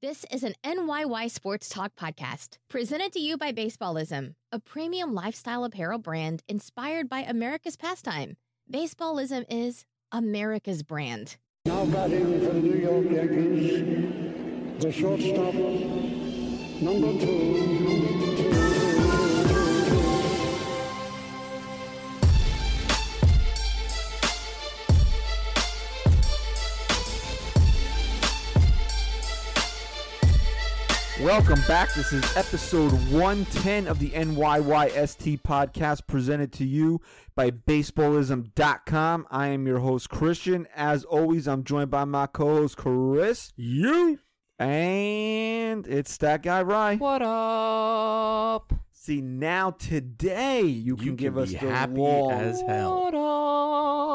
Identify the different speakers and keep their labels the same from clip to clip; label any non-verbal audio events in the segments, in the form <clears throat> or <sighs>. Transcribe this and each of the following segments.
Speaker 1: This is an NYY Sports Talk podcast presented to you by Baseballism, a premium lifestyle apparel brand inspired by America's pastime. Baseballism is America's brand.
Speaker 2: Now batting for the New York Yankees, the shortstop, number two.
Speaker 3: Welcome back. This is episode 110 of the NYYST podcast presented to you by baseballism.com. I am your host, Christian. As always, I'm joined by my co host, Chris. You. And it's that guy, Rye.
Speaker 4: What up?
Speaker 3: See, now today you can
Speaker 4: You
Speaker 3: give
Speaker 4: can
Speaker 3: us
Speaker 4: be
Speaker 3: the
Speaker 4: happy
Speaker 3: long,
Speaker 4: as hell.
Speaker 5: What up?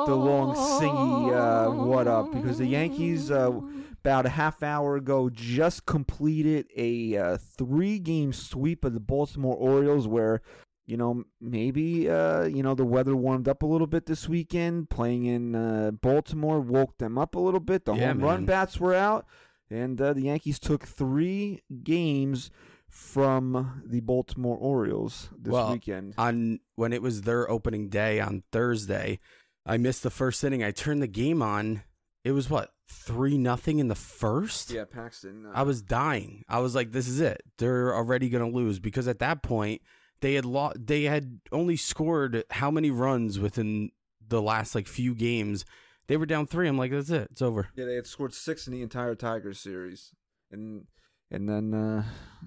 Speaker 3: the long singy uh, what up because the Yankees uh, about a half hour ago just completed a uh, three game sweep of the Baltimore Orioles where you know maybe uh, you know the weather warmed up a little bit this weekend playing in uh, Baltimore woke them up a little bit the
Speaker 4: Yeah,
Speaker 3: home run
Speaker 4: man.
Speaker 3: bats were out and uh, the Yankees took three games from the Baltimore Orioles this
Speaker 4: Well,
Speaker 3: weekend
Speaker 4: On when it was their opening day on Thursday, I missed the first inning. I turned the game on. It was what three nothing in the first.
Speaker 3: Paxton
Speaker 4: I was dying. I was like, "This is it. They're already gonna lose." Because at that point, they had lo- They had only scored how many runs within the last like few games. They were down three. I'm like, "That's it. It's over."
Speaker 3: Yeah, they had scored six in the entire Tigers series, and and then uh,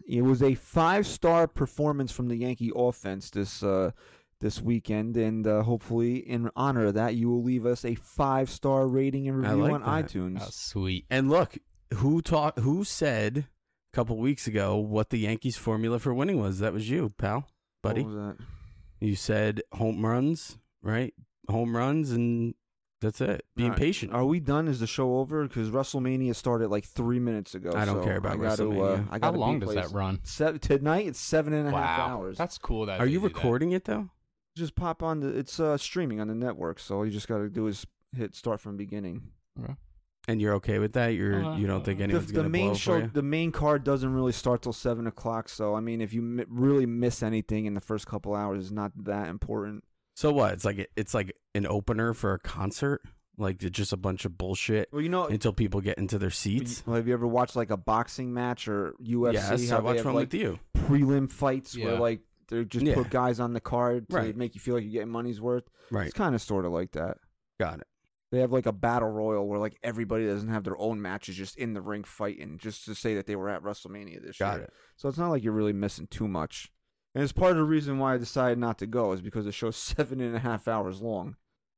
Speaker 3: it was a five star performance from the Yankee offense this uh, this weekend, and uh, hopefully in honor of that, you will leave us a five star rating and
Speaker 4: I
Speaker 3: review
Speaker 4: like
Speaker 3: on
Speaker 4: that.
Speaker 3: iTunes.
Speaker 5: Oh, sweet.
Speaker 4: And look, who taught? Who said a couple weeks ago what the Yankees' formula for winning was? That was you, pal, buddy.
Speaker 3: What was that?
Speaker 4: You said home runs, right? Home runs, and that's it.
Speaker 3: All
Speaker 4: Being
Speaker 3: right.
Speaker 4: patient.
Speaker 3: Are we done? Is the show over? Because WrestleMania started like three minutes ago.
Speaker 4: I don't
Speaker 3: so
Speaker 4: care about
Speaker 3: I gotta,
Speaker 4: WrestleMania.
Speaker 3: Uh, I
Speaker 5: How
Speaker 3: gotta be
Speaker 5: long does
Speaker 3: placed.
Speaker 5: that run?
Speaker 3: Se- tonight it's seven and a half
Speaker 5: wow,
Speaker 3: hours.
Speaker 5: that's cool. That
Speaker 4: Are
Speaker 5: they
Speaker 4: you
Speaker 5: do that.
Speaker 4: recording it though?
Speaker 3: just pop on the. It's uh, streaming on the network, so all you just gotta do is hit start from beginning.
Speaker 4: And you're okay with that? You're
Speaker 5: Uh,
Speaker 4: you don't think
Speaker 5: the-
Speaker 3: the,
Speaker 4: anyone's
Speaker 3: the
Speaker 4: gonna
Speaker 3: main
Speaker 4: blow
Speaker 3: show,
Speaker 4: for you?
Speaker 3: the main card doesn't really start till seven o'clock. So I mean, if you mi- really miss anything in the first couple hours, it's not that important.
Speaker 4: So what? It's like it's like an opener for a concert. Like it's just a bunch of bullshit
Speaker 3: Well, you know,
Speaker 4: until people get into their seats.
Speaker 3: well, have you ever watched like a boxing match or UFC?
Speaker 4: yes,
Speaker 3: how
Speaker 4: I
Speaker 3: they
Speaker 4: watch
Speaker 3: have,
Speaker 4: one
Speaker 3: like,
Speaker 4: with you.
Speaker 3: prelim fights where
Speaker 5: Yeah.
Speaker 3: like they just
Speaker 4: Yeah.
Speaker 3: put guys on the card to
Speaker 4: Right.
Speaker 3: make you feel like you get money's worth.
Speaker 4: Right,
Speaker 3: It's kind of sort of like that.
Speaker 4: got it.
Speaker 3: They have like a battle royal where like everybody doesn't have their own matches, just in the ring fighting, just to say that they were at WrestleMania this year.
Speaker 4: Got it.
Speaker 3: So it's not like you're really missing too much. And it's part of the reason why I decided not to go is <laughs> because the show's seven and a half hours long.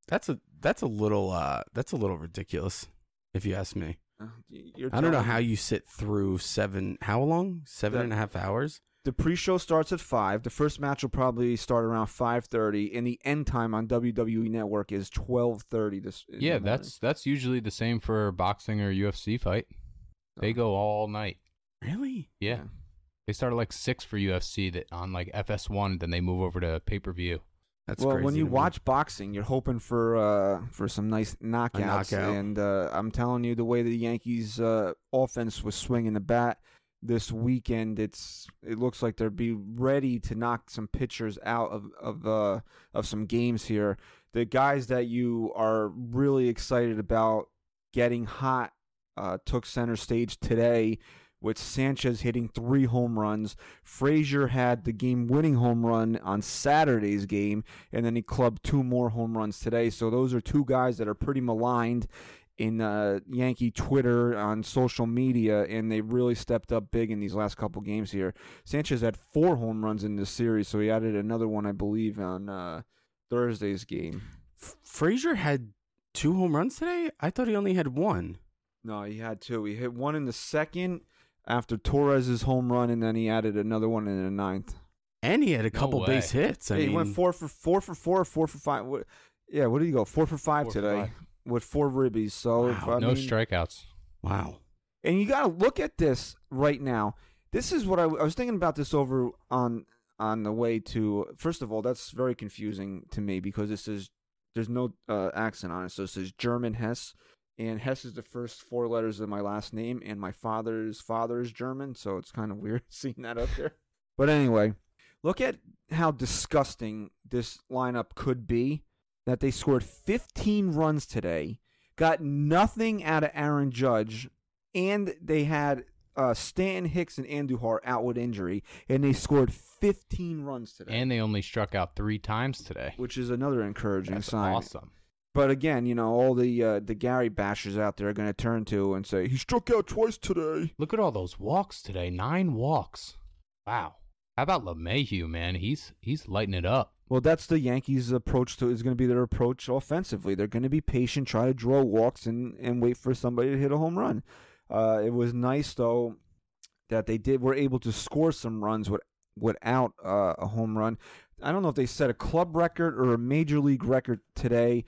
Speaker 4: That's a that's a little uh that's a little ridiculous, if you ask me.
Speaker 3: Uh, y- you're
Speaker 4: I don't know
Speaker 3: telling me-
Speaker 4: how you sit through seven how long? Seven
Speaker 3: That-
Speaker 4: and a half hours?
Speaker 3: The pre-show starts at five. The first match will probably start around five thirty, and the end time on WWE Network is twelve thirty. This in the
Speaker 5: Yeah,
Speaker 3: morning.
Speaker 5: that's that's usually the same for boxing or UFC fight. They go all night.
Speaker 4: Really?
Speaker 5: Yeah.
Speaker 3: Oh. Yeah.
Speaker 5: They start at like six for UFC that on like FS1, then they move over to pay per view.
Speaker 4: That's
Speaker 3: well,
Speaker 4: crazy
Speaker 3: when you
Speaker 4: to me.
Speaker 3: watch boxing, you're hoping for uh, for some nice knockouts,
Speaker 4: knockout.
Speaker 3: and uh, I'm telling you, the way the Yankees' uh, offense was swinging the bat this weekend, it's it looks like they'd be ready to knock some pitchers out of of uh, of some games here. The guys that you are really excited about getting hot uh, took center stage today. With Sanchez hitting three home runs, Frazier had the game-winning home run on Saturday's game, and then he clubbed two more home runs today. So those are two guys that are pretty maligned in uh, Yankee Twitter on social media, and they really stepped up big in these last couple games here. Sanchez had four home runs in this series, so he added another one, I believe, on uh, Thursday's game.
Speaker 4: F- Frazier had two home runs today? I thought he only had one.
Speaker 3: No, he had two. He hit one in the second after Torres's home run, and then he added another one in the ninth.
Speaker 4: And he had a couple
Speaker 5: way.
Speaker 4: base hits. I
Speaker 3: Yeah,
Speaker 4: mean,
Speaker 3: he went four for four for four, four for five. What, yeah, what did he go? Four for five
Speaker 5: Four for
Speaker 3: today
Speaker 5: five.
Speaker 3: with four ribbies. So if,
Speaker 4: Wow.
Speaker 3: I
Speaker 5: no
Speaker 3: mean,
Speaker 5: strikeouts.
Speaker 4: Wow.
Speaker 3: And you got to look at this right now. This is what I, I was thinking about this over on on the way to. First of all, that's very confusing to me because this is there's no uh, accent on it, so it says German Hess and Hess is the first four letters of my last name, and my father's father is German, so it's kind of weird <laughs> seeing that up there. But anyway, look at how disgusting this lineup could be that they scored 15 runs today, got nothing out of Aaron Judge, and they had uh, Stanton Hicks and Andujar out with injury, and they scored 15 runs today,
Speaker 5: And they only struck out three times today.
Speaker 3: which is another encouraging
Speaker 5: That's
Speaker 3: sign.
Speaker 5: awesome.
Speaker 3: But again, you know, all the uh, the Gary bashers out there are going to turn to and say he struck out twice today.
Speaker 5: Look at all those walks today. Nine walks. Wow. How about LeMahieu, man? He's he's lighting it up.
Speaker 3: Well, that's the Yankees' approach to is going to be their approach offensively. They're going to be patient, try to draw walks, and and wait for somebody to hit a home run. Uh, it was nice though that they did were able to score some runs with, without uh, a home run. I don't know if they set a club record or a major league record today.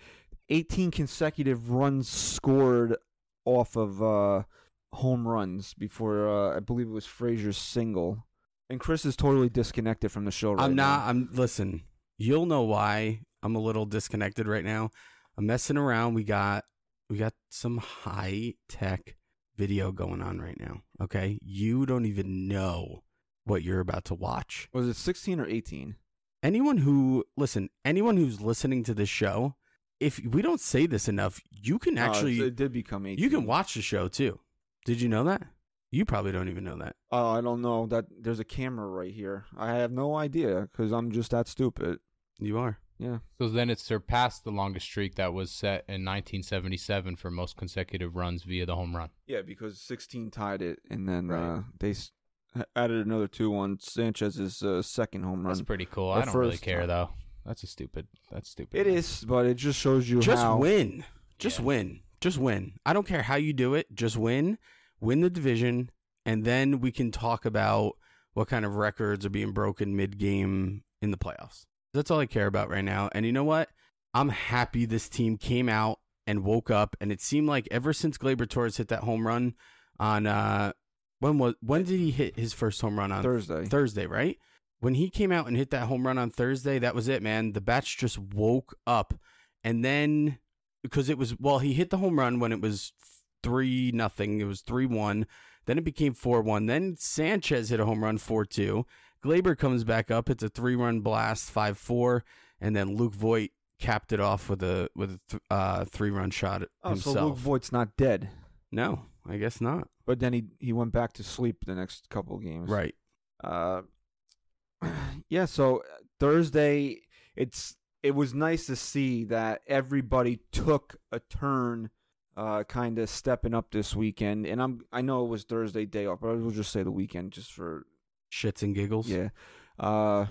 Speaker 3: 18 consecutive runs scored off of uh, home runs before uh, I believe it was Frazier's single. And Chris is totally disconnected from the show right
Speaker 4: I'm
Speaker 3: now.
Speaker 4: not. I'm listen. You'll know why I'm a little disconnected right now. I'm messing around. We got we got some high tech video going on right now. Okay, you don't even know what you're about to watch.
Speaker 3: Was it 16 or 18?
Speaker 4: Anyone who listen, anyone who's listening to this show, if we don't say this enough, you can
Speaker 3: No, it's-
Speaker 4: actually
Speaker 3: Uh, it did become 18.
Speaker 4: you can watch the show too. Did you know that? You probably don't even know that.
Speaker 3: Oh, I don't know that there's a camera right here. I have no idea because I'm just that stupid.
Speaker 4: You are.
Speaker 3: Yeah.
Speaker 5: So then it surpassed the longest streak that was set in 1977 for most consecutive runs via the home run.
Speaker 3: Yeah, because 16 tied it, and then
Speaker 5: Right.
Speaker 3: uh, they s- added another two on Sanchez's uh, second home run.
Speaker 5: That's pretty cool.
Speaker 3: The
Speaker 5: I don't really
Speaker 3: first
Speaker 5: care
Speaker 3: time.
Speaker 5: though. That's a stupid. That's stupid.
Speaker 3: it is, but it just shows you
Speaker 4: just
Speaker 3: how.
Speaker 4: win just
Speaker 5: Yeah.
Speaker 4: win just win i don't care how you do it just win win the division and then we can talk about what kind of records are being broken mid-game in the playoffs that's all i care about right now and you know what i'm happy this team came out and woke up and it seemed like ever since glaber torres hit that home run on uh when was when did he hit his first home run on
Speaker 3: Thursday.
Speaker 4: Thursday, right? When he came out and hit that home run on Thursday, that was it, man. The bats just woke up. And then because it was well, he hit the home run when it was three nothing. It was three one. Then it became four one. Then Sanchez hit a home run four two. Glaber comes back up. It's a three run blast five four. And then Luke Voigt capped it off with a with a th- uh, three run shot
Speaker 3: Oh, so
Speaker 4: himself.
Speaker 3: Luke Voigt's not dead.
Speaker 4: no, I guess not.
Speaker 3: But then he he went back to sleep the next couple games.
Speaker 4: Right.
Speaker 3: Uh, <clears throat> yeah. So uh, Thursday, it's it was nice to see that everybody took a turn, uh, kind of stepping up this weekend. And I'm I know it was Thursday day off, but I will just say the weekend just for
Speaker 4: Shits and giggles.
Speaker 3: yeah. Uh,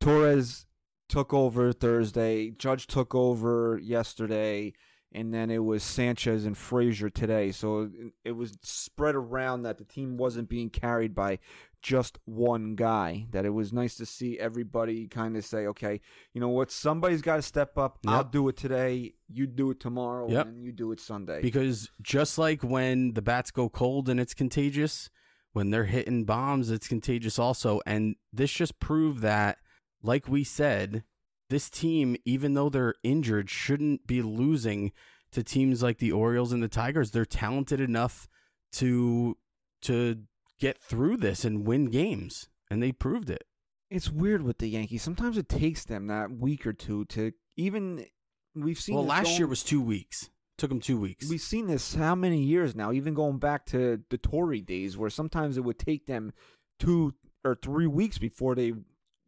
Speaker 3: Torres took over Thursday. Judge took over yesterday, and then it was Sanchez and Frazier today. So it- it was spread around that the team wasn't being carried by just one guy. That it was nice to see everybody kind of say, "Okay, you know what? Somebody's got to step up. I'll
Speaker 4: Yep.
Speaker 3: do it today. You do it tomorrow,
Speaker 4: Yep.
Speaker 3: and you do it Sunday."
Speaker 4: Because just like when the bats go cold and it's contagious, when they're hitting bombs, it's contagious also. And this just proved that, like we said, this team, even though they're injured, shouldn't be losing to teams like the Orioles and the Tigers. They're talented enough to to get through this and win games. And they proved it.
Speaker 3: it's weird with the Yankees. Sometimes it takes them that week or two to even. We've seen
Speaker 4: Well,
Speaker 3: this
Speaker 4: last
Speaker 3: going-
Speaker 4: year was two weeks. Took them two weeks.
Speaker 3: We've seen this how many years now, even going back to the Tory days, where sometimes it would take them two or three weeks before they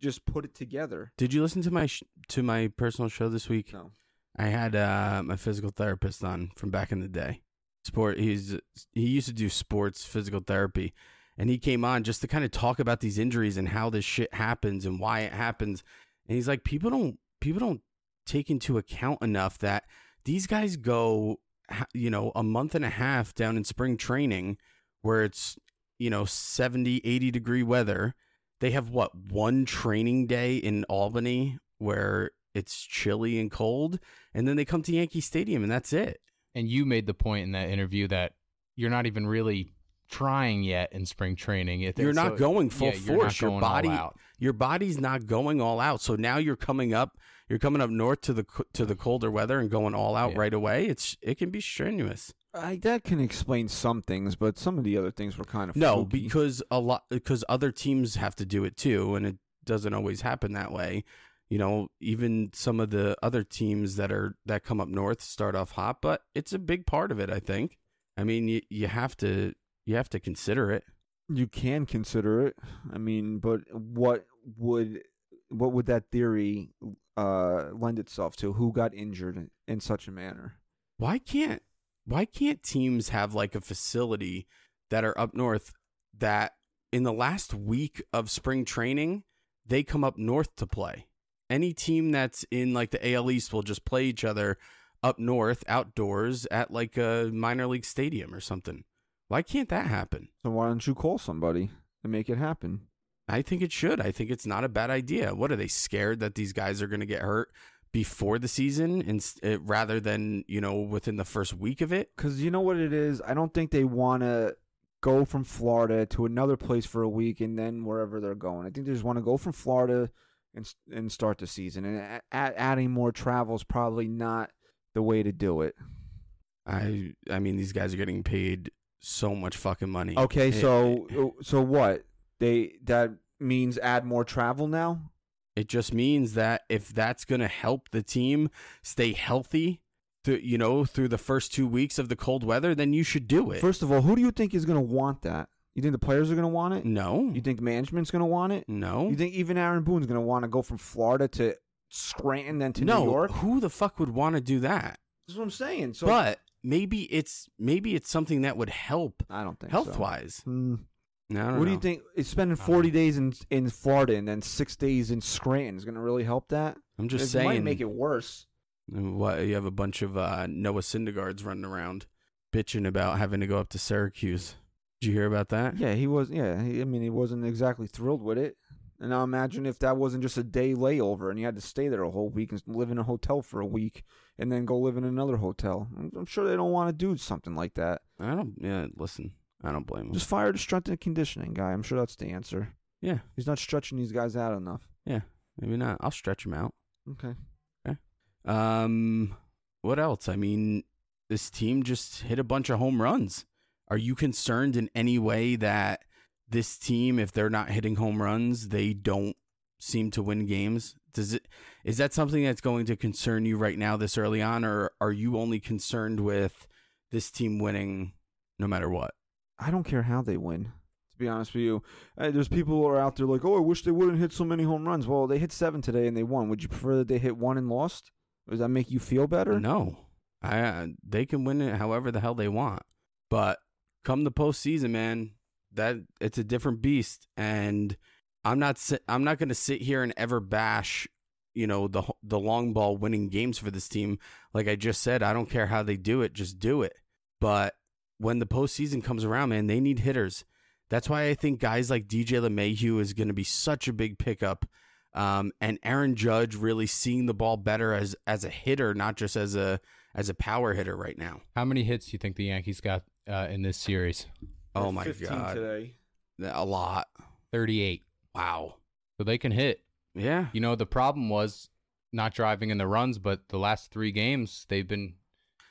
Speaker 3: just put it together.
Speaker 4: Did you listen to my sh- to my personal show this week?
Speaker 3: No.
Speaker 4: I had uh, my physical therapist on from back in the day. Sport. He's he used to do sports physical therapy, and he came on just to kind of talk about these injuries and how this shit happens and why it happens. And he's like, people don't people don't take into account enough that these guys go, h- you know, a month and a half down in spring training where it's you know 70 80 degree weather they have what one training day in albany where it's chilly and cold and then they come to Yankee Stadium, and that's it.
Speaker 5: And you made the point in that interview that you're not even really trying yet in spring training. It-
Speaker 4: You're not
Speaker 5: so-
Speaker 4: going full
Speaker 5: yeah, you're not
Speaker 4: force. Your
Speaker 5: going all
Speaker 4: body-
Speaker 5: out.
Speaker 4: Your body's not going all out, so now you're coming up. You're coming up north to the co- to the colder weather and going all out
Speaker 5: Yeah.
Speaker 4: right away. It's it can be strenuous.
Speaker 3: I, that can explain some things, but some of the other things were kind of
Speaker 4: No,
Speaker 3: fluky.
Speaker 4: because a lot because other teams have to do it too, and it doesn't always happen that way. You know, even some of the other teams that are that come up north start off hot, but it's a big part of it. I think. I mean, you you have to you have to consider it.
Speaker 3: you can consider it. I mean, but what would what would that theory uh, lend itself to? Who got injured in such a manner?
Speaker 4: Why can't why can't teams have like a facility that are up north that in the last week of spring training they come up north to play? Any team that's in like the AL East will just play each other up north outdoors at like a minor league stadium or something. Why can't that happen?
Speaker 3: So why don't you call somebody and make it happen?
Speaker 4: I think it should. I think it's not a bad idea. What are they scared that these guys are going to get hurt before the season, inst- uh, rather than you know within the first week of it?
Speaker 3: Because you know what it is. I don't think they want to go from Florida to another place for a week and then wherever they're going. I think they just want to go from Florida and s- and start the season. And a- a- adding more travel is probably not the way to do it.
Speaker 4: I I mean, these guys are getting paid so much fucking money.
Speaker 3: Okay,
Speaker 4: It- it, <laughs>
Speaker 3: so so what they that means add more travel now.
Speaker 4: it just means that if that's going to help the team stay healthy, through, you know, through the first two weeks of the cold weather, then you should do it.
Speaker 3: First of all, who do you think is going to want that? You think the players are going to want it?
Speaker 4: no,
Speaker 3: You think management's going to want it?
Speaker 4: no,
Speaker 3: You think even Aaron Boone's going to want to go from Florida to Scranton then to
Speaker 4: no.
Speaker 3: New York?
Speaker 4: Who the fuck would want to do that?
Speaker 3: That's what I'm saying. So
Speaker 4: but maybe it's maybe it's something that would help
Speaker 3: I don't think so.
Speaker 4: health wise.
Speaker 3: Hmm.
Speaker 4: No,
Speaker 3: What do you think? Is spending
Speaker 5: I don't
Speaker 3: 40 days in in Florida and then six days in Scranton is going to really help that?
Speaker 4: I'm just
Speaker 3: it
Speaker 4: saying. uh,
Speaker 3: might make it worse.
Speaker 4: What you have a bunch of uh, Noah Syndergaard's running around bitching about having to go up to Syracuse. Did you hear about that?
Speaker 3: Yeah, he was. Yeah, he, I mean, he wasn't exactly thrilled with it. And now imagine if that wasn't just a day layover and you had to stay there a whole week and live in a hotel for a week and then go live in another hotel. I'm, I'm sure they don't want to do something like that.
Speaker 4: I don't. Yeah, listen, I don't blame him.
Speaker 3: Just fire the strength and conditioning guy. I'm sure that's the answer.
Speaker 4: yeah,
Speaker 3: He's not stretching these guys out enough.
Speaker 4: yeah. Maybe not. I'll stretch him out.
Speaker 3: Okay.
Speaker 4: Um, what else? I mean, this team just hit a bunch of home runs. Are you concerned in any way that this team, if they're not hitting home runs, they don't seem to win games? Does it is that something that's going to concern you right now this early on, or are you only concerned with this team winning no matter what?
Speaker 3: I don't care how they win. To be honest with you, Uh, there's people who are out there like, "Oh, I wish they wouldn't hit so many home runs." Well, they hit seven today and they won. Would you prefer that they hit one and lost? Does that make you feel better?
Speaker 4: No, I uh, they can win it however the hell they want, but come the postseason, man, that it's a different beast. And I'm not si- I'm not going to sit here and ever bash, you know, the ho- the long ball winning games for this team. Like I just said, I don't care how they do it, just do it. But when the postseason comes around, man, they need hitters. That's why I think guys like DJ LeMahieu is going to be such a big pickup um, and Aaron Judge really seeing the ball better as as a hitter, not just as a as a power hitter right now.
Speaker 5: How many hits do you think the Yankees got uh, in this series?
Speaker 4: Oh my
Speaker 3: 15
Speaker 4: god,
Speaker 3: Today.
Speaker 4: a lot!
Speaker 5: 38.
Speaker 4: Wow,
Speaker 5: So they can hit.
Speaker 4: yeah,
Speaker 5: You know, the problem was not driving in the runs, but the last three games they've been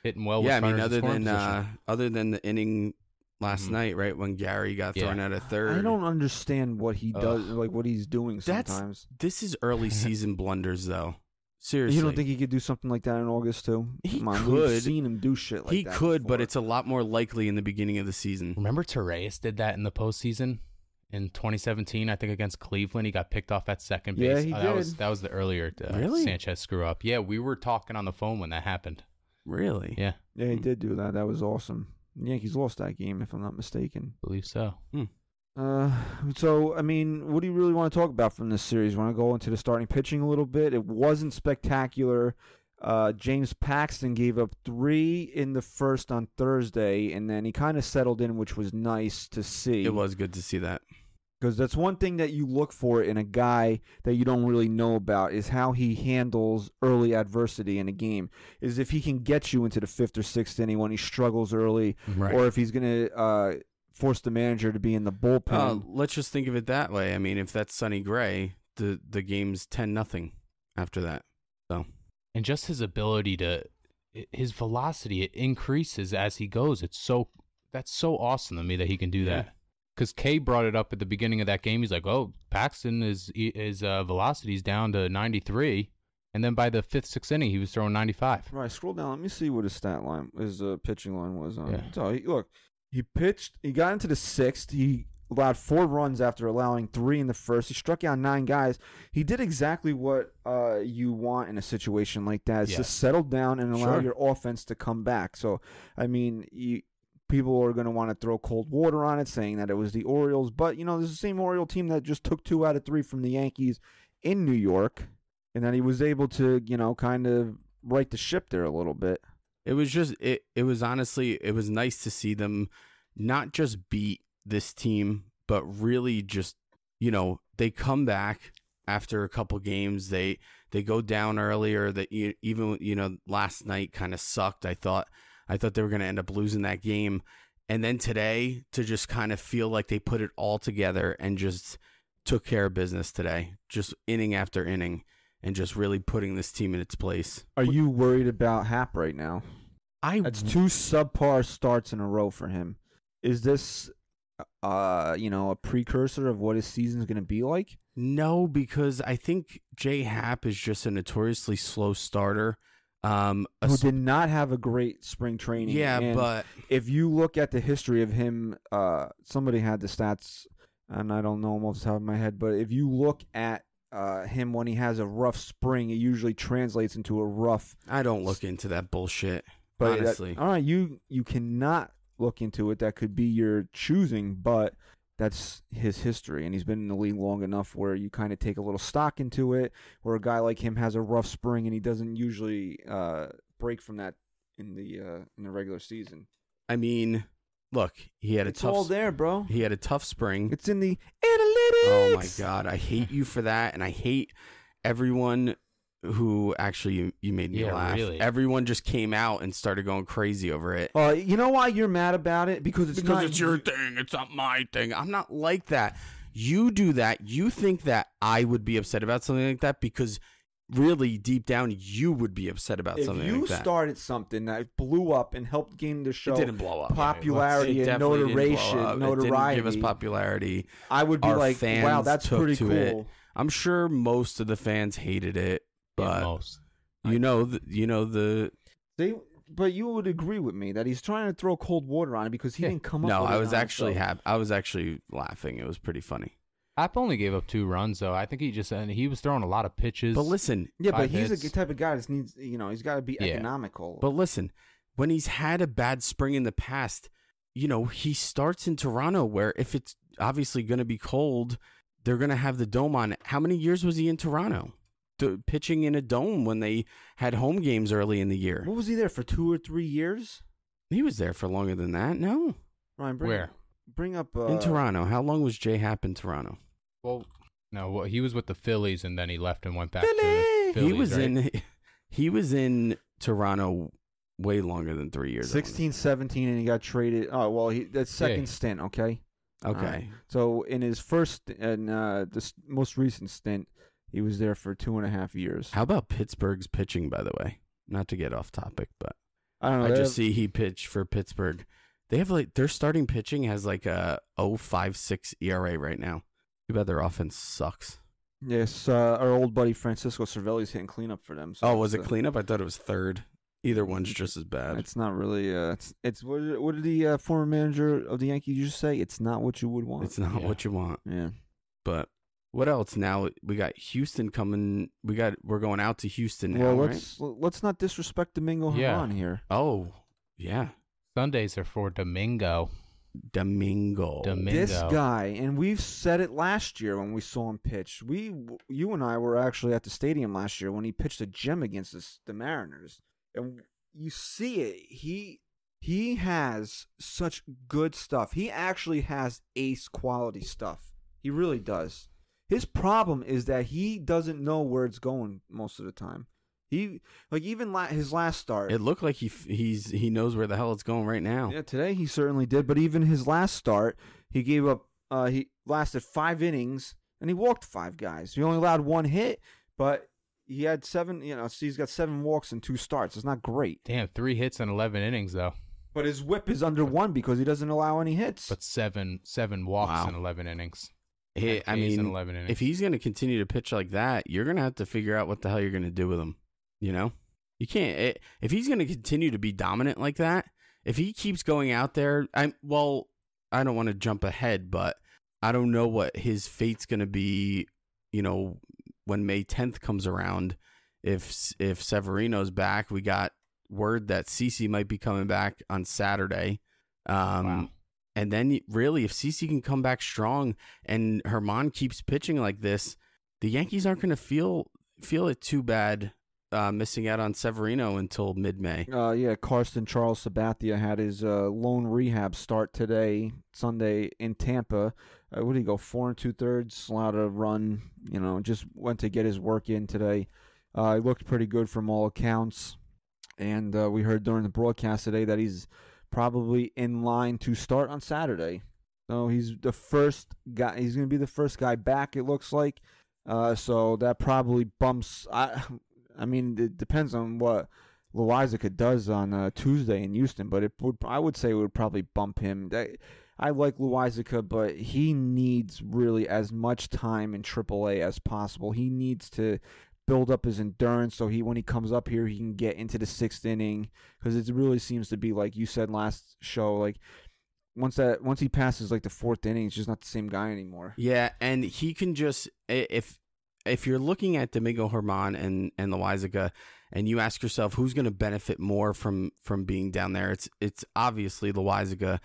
Speaker 5: hitting
Speaker 3: Oh,
Speaker 5: well.
Speaker 4: yeah. I
Speaker 5: with
Speaker 4: mean,
Speaker 5: runners in
Speaker 4: other
Speaker 5: scoring
Speaker 4: than
Speaker 5: position.
Speaker 4: uh, other than the inning last
Speaker 5: Mhm.
Speaker 4: night, right when Gary got
Speaker 5: Yeah.
Speaker 4: thrown out of third.
Speaker 3: Mm-hmm. I don't understand what he does,
Speaker 5: Ugh.
Speaker 3: like what he's doing
Speaker 4: That's-
Speaker 3: sometimes.
Speaker 4: This is
Speaker 3: <laughs>
Speaker 4: early season blunders, though. Seriously,
Speaker 3: You don't think he could do something like that in August too?
Speaker 4: He
Speaker 3: Come on,
Speaker 4: could.
Speaker 3: We've seen him do shit like
Speaker 4: he
Speaker 3: that.
Speaker 4: could? But
Speaker 3: before.
Speaker 4: it's a lot more likely in the beginning of the season.
Speaker 5: Remember Torres did that in the postseason in 2017, I think against Cleveland. He got picked off at second base.
Speaker 3: Yeah, he
Speaker 5: Uh, That was
Speaker 3: did.
Speaker 5: that was the earlier uh,
Speaker 4: Really?
Speaker 5: Sanchez screw up. Yeah, we were talking on the phone when that happened.
Speaker 4: Really?
Speaker 5: Yeah,
Speaker 3: yeah, he did do that. That was awesome. The Yankees lost that game, if I'm not mistaken.
Speaker 5: believe so.
Speaker 3: Uh, so I mean, what do you really want to talk about from this series? Want to go into the starting pitching a little bit? It wasn't spectacular. Uh, James Paxton gave up three in the first on Thursday, and then he kind of settled in, which was nice to see.
Speaker 4: It was good to see that.
Speaker 3: because that's one thing that you look for in a guy that you don't really know about is how he handles early adversity in a game. Is if he can get you into the fifth or sixth inning when he struggles early,
Speaker 4: Right.
Speaker 3: or if he's gonna uh, force the manager to be in the bullpen.
Speaker 4: Uh, let's just think of it that way. I mean, if that's Sonny Gray, the the game's ten nothing after that.
Speaker 5: And just his ability to i- his velocity it increases as he goes. It's so that's so awesome to me that he can do that. Because Kay brought it up at the beginning of that game. He's like, "Oh, Paxton is his uh, velocity's down to 93, and then by the fifth, sixth inning, he was throwing 95."
Speaker 3: Right, scroll down. Let me see what his stat line, his uh, pitching line was on.
Speaker 5: Yeah.
Speaker 3: So he, look, he pitched. He got into the sixth. He allowed four runs after allowing three in the first. He struck out nine guys. He did exactly what uh, you want in a situation like that. Is
Speaker 5: Yeah.
Speaker 3: just settle down and allow
Speaker 4: Sure.
Speaker 3: your offense to come back. So, I mean, you, people are going to want to throw cold water on it, saying that it was the Orioles. But you know, this is the same Oriole team that just took two out of three from the Yankees in New York. And then he was able to, you know, kind of right the ship there a little bit.
Speaker 4: It was just it. It was honestly it was nice to see them not just beat this team, but really just you know they come back after a couple games. They they go down earlier. That e- even you know last night kind of sucked. I thought I thought they were going to end up losing that game, and then today to just kind of feel like they put it all together and just took care of business today, just inning after inning, and just really putting this team in its place.
Speaker 3: Are you worried about Hap right now?
Speaker 4: I
Speaker 3: That's two subpar starts in a row for him. Is this, uh, you know, a precursor of what his season's going to be like?
Speaker 4: No, because I think J Hap is just a notoriously slow starter. Um, a
Speaker 3: Who
Speaker 4: s-
Speaker 3: did not have a great spring training.
Speaker 4: yeah,
Speaker 3: and
Speaker 4: but
Speaker 3: if you look at the history of him, uh, somebody had the stats, and I don't know them off the top of my head, but if you look at uh, him when he has a rough spring, it usually translates into a rough.
Speaker 4: I don't look into that bullshit.
Speaker 3: But uh, oh. that-
Speaker 4: honestly,
Speaker 3: all right, you you cannot look into it. That could be your choosing, but that's his history, and he's been in the league long enough where you kind of take a little stock into it. Where a guy like him has a rough spring, and he doesn't usually uh, break from that in the uh, in the regular season.
Speaker 4: I mean, look, he had a
Speaker 3: it's
Speaker 4: tough.
Speaker 3: all
Speaker 4: s-
Speaker 3: there, bro.
Speaker 4: He had a tough spring.
Speaker 3: It's in the
Speaker 4: Oh
Speaker 3: analytics.
Speaker 4: my god, I hate you for that, and I hate everyone who actually you, you made me
Speaker 5: Yeah,
Speaker 4: laugh.
Speaker 5: really.
Speaker 4: Everyone just came out and started going crazy over it.
Speaker 3: Uh, you know why you're mad about it? Because it's
Speaker 4: because
Speaker 3: not
Speaker 4: it's your thing. It's not my thing. I'm not like that. You do that. You think that I would be upset about something like that because really deep down you would be upset about
Speaker 3: If
Speaker 4: something
Speaker 3: you
Speaker 4: like that.
Speaker 3: started something that blew up and helped gain the
Speaker 4: it
Speaker 3: show
Speaker 4: didn't blow up.
Speaker 3: popularity
Speaker 4: It
Speaker 3: and
Speaker 4: definitely didn't blow up.
Speaker 3: notoriety,
Speaker 4: It didn't give us
Speaker 3: notoriety,
Speaker 4: popularity.
Speaker 3: I would be
Speaker 4: Our
Speaker 3: like,
Speaker 4: fans
Speaker 3: wow, that's
Speaker 4: took
Speaker 3: pretty
Speaker 4: to
Speaker 3: cool.
Speaker 4: it. I'm sure most of the fans hated
Speaker 5: At
Speaker 4: it, but
Speaker 5: most.
Speaker 4: you know, th- you know the
Speaker 3: They, but you would agree with me that he's trying to throw cold water on it because he
Speaker 5: Yeah.
Speaker 3: didn't come up.
Speaker 4: no.
Speaker 3: with
Speaker 4: I
Speaker 3: it
Speaker 4: was
Speaker 3: on
Speaker 4: actually
Speaker 3: himself.
Speaker 4: happy. I was actually laughing. It was pretty funny.
Speaker 5: App only gave up two runs though. I think he just and he was throwing a lot of pitches.
Speaker 4: But listen,
Speaker 3: Yeah, but
Speaker 5: Five
Speaker 3: he's
Speaker 5: hits.
Speaker 3: a type of guy that needs, you know, he's got to be
Speaker 5: Yeah.
Speaker 3: economical.
Speaker 4: But listen, when he's had a bad spring in the past, you know, he starts in Toronto where if it's obviously going to be cold, they're going to have the dome on. How many years was he in Toronto? To, pitching in a dome when they had home games early in the year.
Speaker 3: what was he there for? Two or three years?
Speaker 4: He was there for longer than that. No.
Speaker 3: Ryan, bring,
Speaker 5: Where?
Speaker 3: Bring up uh,
Speaker 4: in Toronto. How long was J Hap in Toronto?
Speaker 5: well, no, well, he was with the Phillies and then he left and went back to the
Speaker 4: Philly!
Speaker 5: Phillies.
Speaker 4: he was
Speaker 5: right?
Speaker 4: in <laughs> he was in Toronto way longer than 3 years. I wanna
Speaker 3: 16, 17, and he got traded. Oh well, he that second
Speaker 5: Yeah.
Speaker 3: stint. Okay.
Speaker 4: say. Okay.
Speaker 3: Alright. So in his first and uh, this most recent stint, he was there for two and a half years.
Speaker 4: How about Pittsburgh's pitching by the way? Not to get off topic, but
Speaker 3: I don't know.
Speaker 4: I
Speaker 3: they
Speaker 4: just
Speaker 3: have-
Speaker 4: see he pitched for Pittsburgh. They have like their starting pitching has like a 056 ERA E right now. Too bad their offense sucks.
Speaker 3: Yes, uh, our old buddy Francisco Cervelli's hitting cleanup for them. So
Speaker 4: oh, was it
Speaker 3: it's, uh,
Speaker 4: cleanup? I thought it was third. Either one's just as bad.
Speaker 3: It's not really. Uh, it's it's what did, what did the uh, former manager of the Yankees just say? It's not what you would want.
Speaker 4: It's not
Speaker 5: Yeah.
Speaker 4: what you want.
Speaker 3: yeah.
Speaker 4: But what else? Now we got Houston coming. We got we're going out to Houston now.
Speaker 3: Well,
Speaker 4: right?
Speaker 3: let's let's not disrespect Domingo
Speaker 5: Yeah.
Speaker 3: Herman here.
Speaker 4: Oh yeah,
Speaker 5: Sundays are for Domingo.
Speaker 4: Domingo.
Speaker 5: Domi-
Speaker 3: This
Speaker 5: Mingo.
Speaker 3: guy, and we've said it last year when we saw him pitch. We, you and I were actually at the stadium last year when he pitched a gem against us, the Mariners, and you see it. He he has such good stuff. He actually has ace quality stuff. He really does. His problem is that he doesn't know where it's going most of the time. He like even la- his last start.
Speaker 4: it looked like he f- he's he knows where the hell it's going right now.
Speaker 3: Yeah, today he certainly did. But even his last start, he gave up. Uh, he lasted five innings and he walked five guys. He only allowed one hit, but he had seven. You know, he's got seven walks and two starts. It's not great,
Speaker 5: Damn, three hits and eleven innings though,
Speaker 3: but his WHIP is under one because he doesn't allow any hits.
Speaker 5: but seven seven walks
Speaker 4: Wow.
Speaker 5: and eleven innings.
Speaker 4: Hey,
Speaker 5: Like
Speaker 4: I
Speaker 5: K's in
Speaker 4: mean,
Speaker 5: 11 innings.
Speaker 4: if he's going to continue to pitch like that, you're going to have to figure out what the hell you're going to do with him. You know, you can't. i if he's going to continue to be dominant like that, if he keeps going out there, I'm well. I don't want to jump ahead, but I don't know what his fate's going to be. You know, when May 10th comes around, if if Severino's back, we got word that CC might be coming back on Saturday. Um,
Speaker 5: wow.
Speaker 4: and then, really, if CC can come back strong and Herman keeps pitching like this, the Yankees aren't going to feel feel it too bad uh, missing out on Severino until mid May.
Speaker 3: Uh, yeah, Carson Charles Sabathia had his uh, loan rehab start today, Sunday in Tampa. Uh, what did he go four and two thirds? Allowed a run. You know, just went to get his work in today. Uh, he looked pretty good from all accounts, and uh, we heard during the broadcast today that he's probably in line to start on Saturday. So he's the first guy. He's going to be the first guy back. It looks like. Uh, so that probably bumps. I, I mean, it depends on what Loizica does on uh, Tuesday in Houston, but it would I would say it would probably bump him. That- I like Loizica, but he needs really as much time in AAA as possible. He needs to build up his endurance so he when he comes up here he can get into the sixth inning because it really seems to be like you said last show like once that once he passes like the fourth inning he's just not the same guy anymore
Speaker 4: Yeah, and he can just i- if if you're looking at Domingo Herman and and Loizaga, and you ask yourself who's going to benefit more from from being down there, it's it's obviously Loizaga,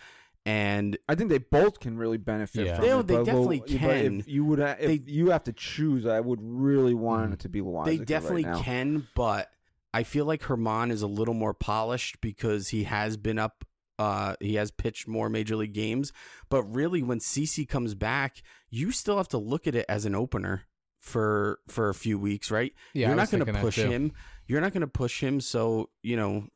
Speaker 4: and
Speaker 3: I think they both can really benefit
Speaker 5: Yeah.
Speaker 3: from
Speaker 4: They-
Speaker 3: it.
Speaker 4: they
Speaker 3: but Lil-
Speaker 4: definitely
Speaker 3: but
Speaker 4: can.
Speaker 3: if you would, ha- if
Speaker 4: They-
Speaker 3: you have to choose, I would really want it to be Loizica.
Speaker 4: they definitely
Speaker 3: right now.
Speaker 4: can, but I feel like Herman is a little more polished because he has been up. Uh, he has pitched more major league games, but really, when CC comes back, you still have to look at it as an opener for for a few weeks, right?
Speaker 5: Yeah, I
Speaker 4: you're
Speaker 5: was
Speaker 4: not going
Speaker 5: thinking
Speaker 4: to
Speaker 5: that
Speaker 4: push
Speaker 5: too.
Speaker 4: him. You're not going to push him. So you know,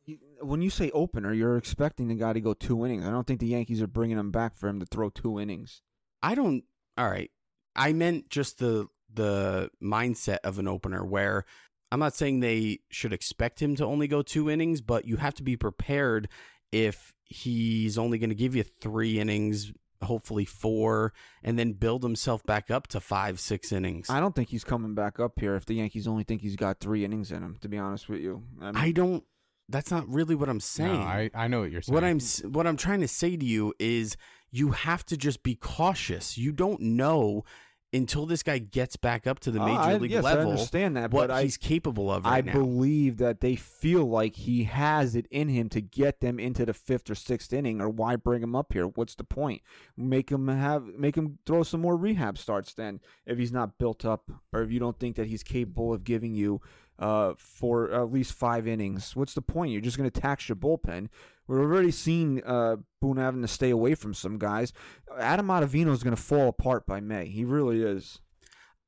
Speaker 3: When you say opener, you're expecting the guy to go two innings. I don't think the Yankees are bringing him back for him to throw two innings.
Speaker 4: I don't. All right, I meant just the the mindset of an opener where. I'm not saying they should expect him to only go two innings, but you have to be prepared if he's only going to give you three innings, hopefully four, and then build himself back up to five, six innings.
Speaker 3: I don't think he's coming back up here if the Yankees only think he's got three innings in him. To be honest with you, I mean,
Speaker 4: I don't. That's not really what I'm saying.
Speaker 5: No, I, I know what you're saying.
Speaker 4: What I'm s- what I'm trying to say to you is you have to just be cautious. You don't know until this guy gets back up to the
Speaker 3: Uh,
Speaker 4: major
Speaker 3: I-
Speaker 4: league
Speaker 3: yes, I
Speaker 4: level
Speaker 3: understand that,
Speaker 4: what
Speaker 3: but I-
Speaker 4: he's capable of right
Speaker 3: I
Speaker 4: now.
Speaker 3: believe that they feel like he has it in him to get them into the fifth or sixth inning, or why bring him up here? What's the point? Make him have, make him throw some more rehab starts then, if he's not built up, or if you don't think that he's capable of giving you, uh, for at least five innings. What's the point? You're just going to tax your bullpen. We've already seen uh, Boone having to stay away from some guys. Adam Ottavino is going to fall apart by May. He really is.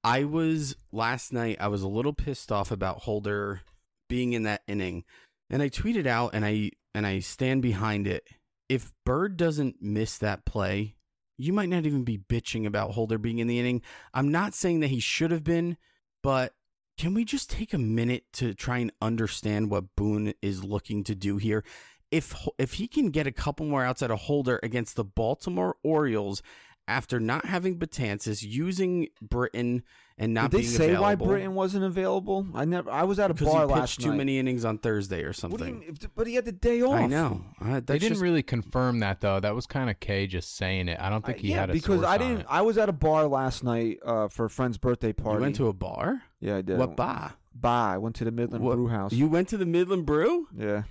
Speaker 4: I was last night. I was a little pissed off about Holder being in that inning, and I tweeted out, and I and I stand behind it. If Bird doesn't miss that play, you might not even be bitching about Holder being in the inning. I'm not saying that he should have been, but can we just take a minute to try and understand what Boone is looking to do here? If if he can get a couple more outs at a Holder against the Baltimore Orioles after not having Batansis, using Britain and
Speaker 3: Did
Speaker 4: not
Speaker 3: they
Speaker 4: being
Speaker 3: say
Speaker 4: available,
Speaker 3: why Britain wasn't available? I never. I was at a
Speaker 4: because
Speaker 3: bar
Speaker 4: he pitched
Speaker 3: last
Speaker 4: too
Speaker 3: night.
Speaker 4: many innings on Thursday or
Speaker 3: What do you
Speaker 4: something.
Speaker 3: mean? But he had the day off.
Speaker 4: I know. I, that's
Speaker 5: they didn't
Speaker 4: just-
Speaker 5: really confirm that though. That was kind of K just saying it. I don't think
Speaker 3: I-
Speaker 5: he
Speaker 3: yeah,
Speaker 5: had a
Speaker 3: because
Speaker 5: source
Speaker 3: I
Speaker 5: on
Speaker 3: didn't.
Speaker 5: it.
Speaker 3: I was at a bar last night uh, for a friend's birthday party.
Speaker 4: You went to a bar?
Speaker 3: yeah, I did.
Speaker 4: What bar?
Speaker 3: Bar. I went to the Midland
Speaker 4: What-
Speaker 3: Brew House.
Speaker 4: You went to the Midland Brew?
Speaker 3: yeah,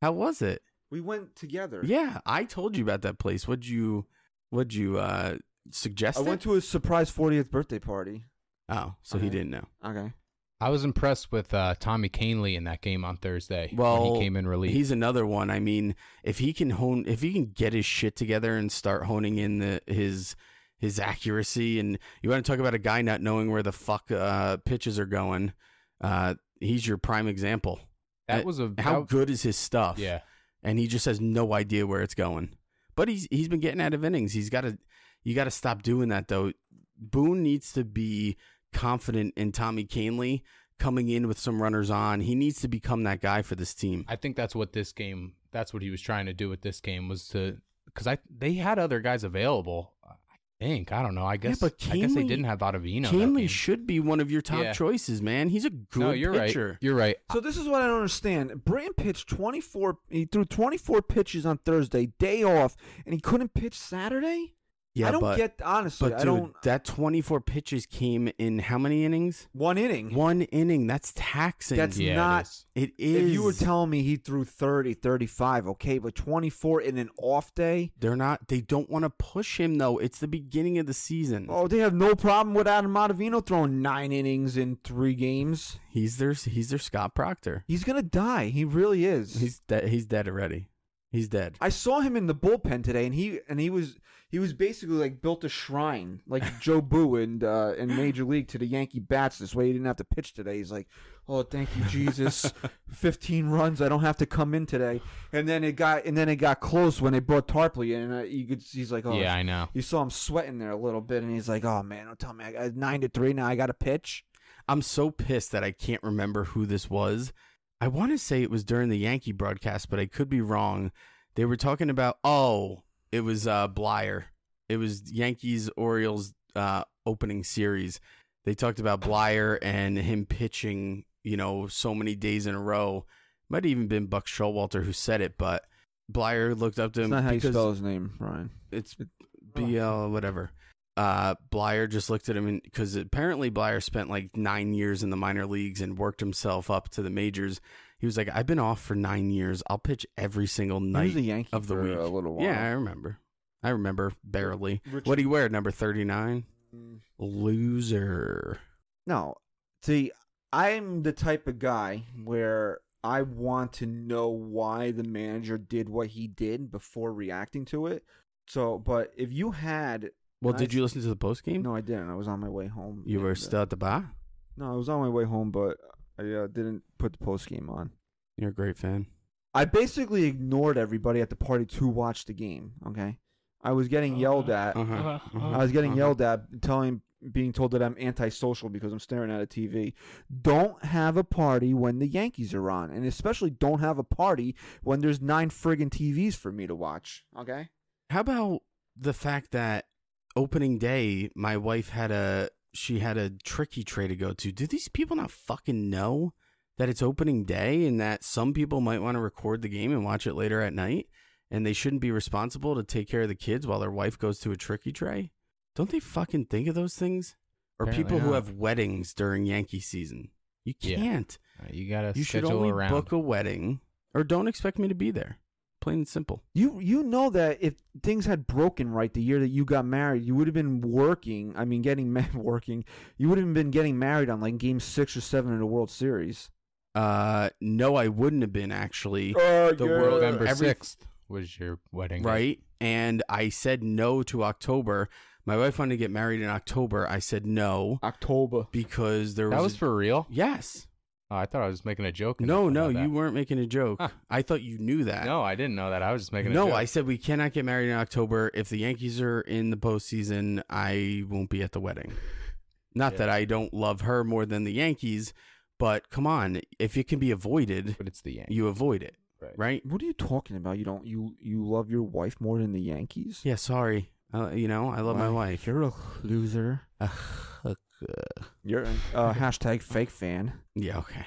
Speaker 4: How was it?
Speaker 3: we went together.
Speaker 4: Yeah, I told you about that place. What'd you what'd you uh suggest?
Speaker 3: I went
Speaker 4: it?
Speaker 3: to his surprise 40th birthday party.
Speaker 4: Oh, so he
Speaker 3: Okay.
Speaker 4: didn't know.
Speaker 3: Okay.
Speaker 5: I was impressed with uh, Tommy Canley in that game on Thursday.
Speaker 4: Well
Speaker 5: when he came in relief.
Speaker 4: He's another one. I mean, if he can hone if he can get his shit together and start honing in the his his accuracy and you want to talk about a guy not knowing where the fuck uh pitches are going, uh he's your prime example.
Speaker 5: that was a
Speaker 4: How
Speaker 5: that-
Speaker 4: good is his stuff?
Speaker 5: Yeah,
Speaker 4: and he just has no idea where it's going. But he's he's been getting out of innings. He's got to you got to stop doing that though. Boone needs to be confident in Tommy Canley coming in with some runners on. He needs to become that guy for this team.
Speaker 5: I think that's what this game. That's what he was trying to do with this game was to because I they had other guys available. I think I don't know. I guess
Speaker 4: but
Speaker 5: I guess they
Speaker 4: Canely-
Speaker 5: didn't have Ottavino. that
Speaker 4: Canley
Speaker 5: game.
Speaker 4: should be one of your top
Speaker 5: Yeah.
Speaker 4: choices, man. He's a good
Speaker 5: no, you're right.
Speaker 4: pitcher.
Speaker 5: You're right.
Speaker 3: So this is what I don't understand. Brandt pitched 24. He threw 24 pitches on Thursday, day off, and he couldn't pitch Saturday.
Speaker 4: Yeah,
Speaker 3: I don't
Speaker 4: but,
Speaker 3: get honestly.
Speaker 4: but dude,
Speaker 3: I don't.
Speaker 4: that 24 pitches came in how many innings?
Speaker 3: One inning.
Speaker 4: One inning. That's taxing.
Speaker 3: That's
Speaker 5: Yeah, it
Speaker 3: not.
Speaker 5: is.
Speaker 4: it is.
Speaker 3: If you were telling me he threw 30, 35, okay, but 24 in an off day,
Speaker 4: they're not. They don't want to push him though. It's the beginning of the season.
Speaker 3: oh, they have no problem with Adam Ottavino throwing nine innings in three games.
Speaker 4: He's their. He's their Scott Proctor.
Speaker 3: He's gonna die. He really is.
Speaker 4: He's dead. He's dead already. He's dead.
Speaker 3: I saw him in the bullpen today, and he and he was he was basically like built a shrine,
Speaker 4: <laughs>
Speaker 3: like Joe Boo and uh, in Major League to the Yankee bats. This way, he didn't have to pitch today. He's like, "Oh, thank you,
Speaker 4: <laughs>
Speaker 3: Jesus! Fifteen runs. I don't have to come in today." And then it got and then it got close when they brought Tarpley in. And uh, you could he's like, "Oh,
Speaker 5: yeah, I know.
Speaker 3: You saw him sweating there a little bit, and he's like, "Oh man, don't tell me. I got nine to three now. I got to pitch."
Speaker 4: I'm so pissed that I can't remember who this was. I want to say it was during the Yankee broadcast, but I could be wrong. They were talking about oh, it was uh Blyer. It was Yankees Orioles uh opening series. They talked about Blyer and him pitching, you know, so many days in a row. Might have even been Buck Showalter who said it, but Blyer looked up to
Speaker 3: That's
Speaker 4: him
Speaker 3: not how you
Speaker 4: because
Speaker 3: spell his name, Ryan.
Speaker 4: it's
Speaker 3: Oh.
Speaker 4: BL whatever. Uh, Blyer just looked at him because apparently Blyer spent like nine years in the minor leagues and worked himself up to the majors. He was like, "I've been off for nine years. I'll pitch every single
Speaker 3: He was a
Speaker 4: night
Speaker 3: Yankee
Speaker 4: of the
Speaker 3: for
Speaker 4: week."
Speaker 3: a little while.
Speaker 4: Yeah, I remember. I remember barely.
Speaker 3: Richard-
Speaker 4: What do you wear? Number thirty nine. Loser.
Speaker 3: No. See, I'm the type of guy where I want to know why the manager did what he did before reacting to it. So, but if you had
Speaker 4: Well,
Speaker 3: I-
Speaker 4: did you listen to the post game?
Speaker 3: no, I didn't. I was on my way home.
Speaker 4: You were
Speaker 3: and, uh,
Speaker 4: still at the bar.
Speaker 3: No, I was on my way home, but I uh, didn't put the post game on.
Speaker 4: You're a great fan.
Speaker 3: I basically ignored everybody at the party to watch the game. Okay, I was getting yelled at.
Speaker 4: Uh-huh.
Speaker 3: I was getting yelled at, telling, being told that I'm antisocial because I'm staring at a TV. Don't have a party when the Yankees are on, and especially don't have a party when there's nine friggin' TVs for me to watch. Okay.
Speaker 4: How about the fact that opening day, my wife had a she had a tricky tray to go to. Do these people not fucking know that it's opening day and that some people might want to record the game and watch it later at night, and they shouldn't be responsible to take care of the kids while their wife goes to a tricky tray? Don't they fucking think of those things? Or
Speaker 5: Apparently
Speaker 4: people who
Speaker 5: not.
Speaker 4: have weddings during Yankee season. You
Speaker 5: Yeah.
Speaker 4: can't.
Speaker 5: You gotta
Speaker 4: You should
Speaker 5: schedule
Speaker 4: only
Speaker 5: around.
Speaker 4: book a wedding or don't expect me to be there. Plain and simple.
Speaker 3: You you know that if things had broken right the year that you got married, you would have been working. I mean, getting <laughs> ma- working. You would have been getting married on like Game Six or Seven of the World Series.
Speaker 4: Uh, no, I wouldn't have been actually.
Speaker 5: Oh,
Speaker 4: The yeah. world-
Speaker 5: November
Speaker 4: every-
Speaker 5: sixth was your wedding, day.
Speaker 4: right? And I said no to October. My wife wanted to get married in October. I said no
Speaker 3: October.
Speaker 4: because there was.
Speaker 5: That was
Speaker 4: a-
Speaker 5: for real.
Speaker 4: Yes.
Speaker 5: Oh, I thought I was making a joke.
Speaker 4: No,
Speaker 5: about
Speaker 4: no,
Speaker 5: that.
Speaker 4: you weren't making a joke.
Speaker 5: Huh.
Speaker 4: I thought you knew that.
Speaker 5: No, I didn't know that. I was just making a
Speaker 4: no,
Speaker 5: joke.
Speaker 4: I said we cannot get married in October. If the Yankees are in the postseason, I won't be at the wedding. Not
Speaker 5: Yeah.
Speaker 4: that I don't love her more than the Yankees, but come on, if it can be avoided,
Speaker 5: but it's the Yankees.
Speaker 4: you avoid it,
Speaker 5: Right.
Speaker 4: right?
Speaker 3: What are you talking about? You don't you you love your wife more than the Yankees?
Speaker 4: Yeah, sorry. Uh, you know, I love my
Speaker 3: Wow,
Speaker 4: wife.
Speaker 3: You're a loser. You're
Speaker 4: <laughs>
Speaker 3: uh, hashtag fake fan.
Speaker 4: Yeah, okay.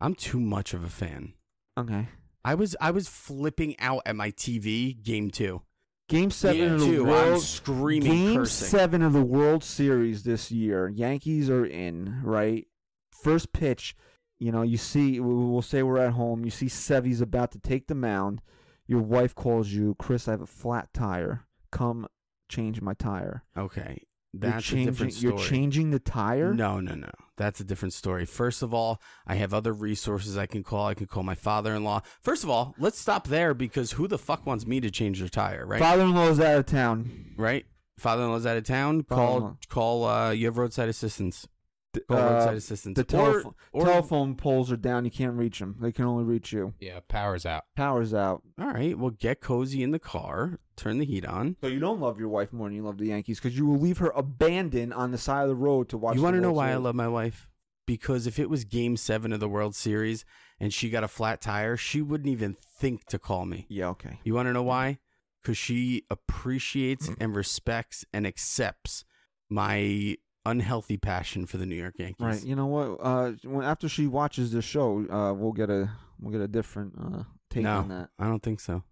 Speaker 4: I'm too much of a fan.
Speaker 3: Okay.
Speaker 4: I was I was flipping out at my TV game two.
Speaker 3: Game seven
Speaker 4: game
Speaker 3: of the
Speaker 4: two, I'm
Speaker 3: world.
Speaker 4: screaming,
Speaker 3: Game
Speaker 4: cursing.
Speaker 3: seven of the World Series this year. Yankees are in. Right. First pitch. You know, you see, we- we'll say we're at home. You see, Sevy's about to take the mound. Your wife calls you, Chris. I have a flat tire. Come change my tire.
Speaker 4: Okay,
Speaker 3: You're
Speaker 4: that's
Speaker 3: changing-
Speaker 4: a different story.
Speaker 3: You're changing the tire.
Speaker 4: No, no, no. That's a different story. First of all, I have other resources I can call. I can call my father-in-law. First of all, let's stop there because who the fuck wants me to change their tire, right?
Speaker 3: Father-in-law's out of town.
Speaker 4: right. Father-in-law's out of town. Call,
Speaker 3: Father-in-law.
Speaker 4: call. Uh, you have roadside assistance.
Speaker 3: Th-
Speaker 4: Call
Speaker 3: uh,
Speaker 4: roadside assistance.
Speaker 3: The
Speaker 4: Or-
Speaker 3: telephone,
Speaker 4: or-
Speaker 3: telephone poles are down. You can't reach them. They can only reach you.
Speaker 5: Yeah, power's out.
Speaker 3: Power's out.
Speaker 4: All right. Well, get cozy in the car. Turn the heat on.
Speaker 3: So you don't love your wife more than you love the Yankees because you will leave her abandoned on the side of the road to watch.
Speaker 4: you
Speaker 3: want to
Speaker 4: know why I love my wife? because if it was game seven of the World Series and she got a flat tire, she wouldn't even think to call me.
Speaker 3: Yeah, okay.
Speaker 4: You want to know why? Because she appreciates
Speaker 3: Mm.
Speaker 4: and respects and accepts my unhealthy passion for the New York Yankees.
Speaker 3: Right. You know what? Uh, when after she watches this show, uh, we'll get a we'll get a different uh, take
Speaker 4: no,
Speaker 3: on that.
Speaker 4: I don't think so.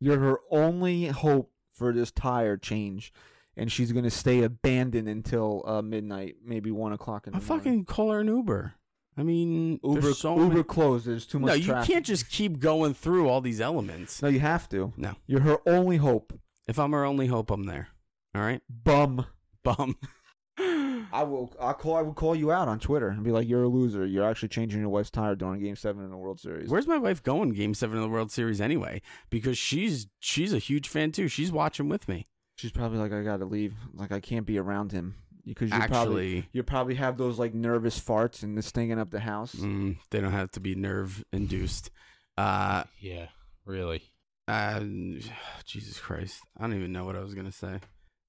Speaker 3: You're her only hope for this tire change, and she's gonna stay abandoned until uh, midnight, maybe one o'clock in the
Speaker 4: I
Speaker 3: morning.
Speaker 4: fucking call her an Uber. I mean,
Speaker 3: Uber
Speaker 4: there's so
Speaker 3: Uber
Speaker 4: many-
Speaker 3: closed. There's too much.
Speaker 4: No, you
Speaker 3: traffic.
Speaker 4: can't just keep going through all these elements.
Speaker 3: No, you have to.
Speaker 4: No.
Speaker 3: You're her only hope.
Speaker 4: If I'm her only hope, I'm there. All right, <gasps>
Speaker 3: Bum.
Speaker 4: bum.
Speaker 3: I will. I call. I will call you out on Twitter and be like, "You're a loser. You're actually changing your wife's tire during Game Seven in the World Series."
Speaker 4: <laughs> Where's my wife going? Game seven of the World Series anyway, because she's she's a huge fan too. She's watching with me.
Speaker 3: She's probably like, "I gotta leave. Like, I can't be around him because you probably
Speaker 4: Actually,
Speaker 3: you probably have those like nervous farts and this stinging up the house."
Speaker 4: mm, they don't have to be nerve induced. Uh,
Speaker 5: Yeah, really.
Speaker 4: uh, <sighs> Jesus Christ, I don't even know what I was gonna say.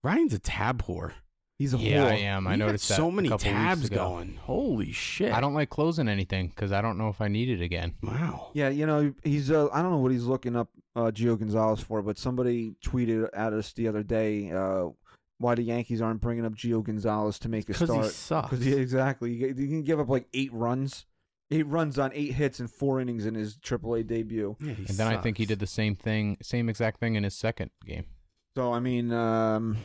Speaker 4: Ryan's a tab whore.
Speaker 3: He's a
Speaker 5: Yeah,
Speaker 3: whore.
Speaker 5: I am. I
Speaker 4: You got
Speaker 5: noticed that
Speaker 4: so
Speaker 5: a
Speaker 4: many
Speaker 5: couple weeks
Speaker 4: tabs
Speaker 5: ago.
Speaker 4: going. Holy shit!
Speaker 5: I don't like closing anything because I don't know if I need it again.
Speaker 4: Wow.
Speaker 3: Yeah, you know, he's. Uh, I don't know what he's looking up uh, Gio Gonzalez for, but somebody tweeted at us the other day uh, why the Yankees aren't bringing up Gio Gonzalez to make a
Speaker 4: Because he
Speaker 3: start.
Speaker 4: sucks.
Speaker 3: Because yeah, exactly, you g- you can give up like eight runs, eight runs on eight hits and four innings in his AAA debut.
Speaker 4: Yeah, he
Speaker 5: And then I think he
Speaker 4: sucks.
Speaker 5: did the same thing, same exact thing in his second game.
Speaker 3: So I mean, um,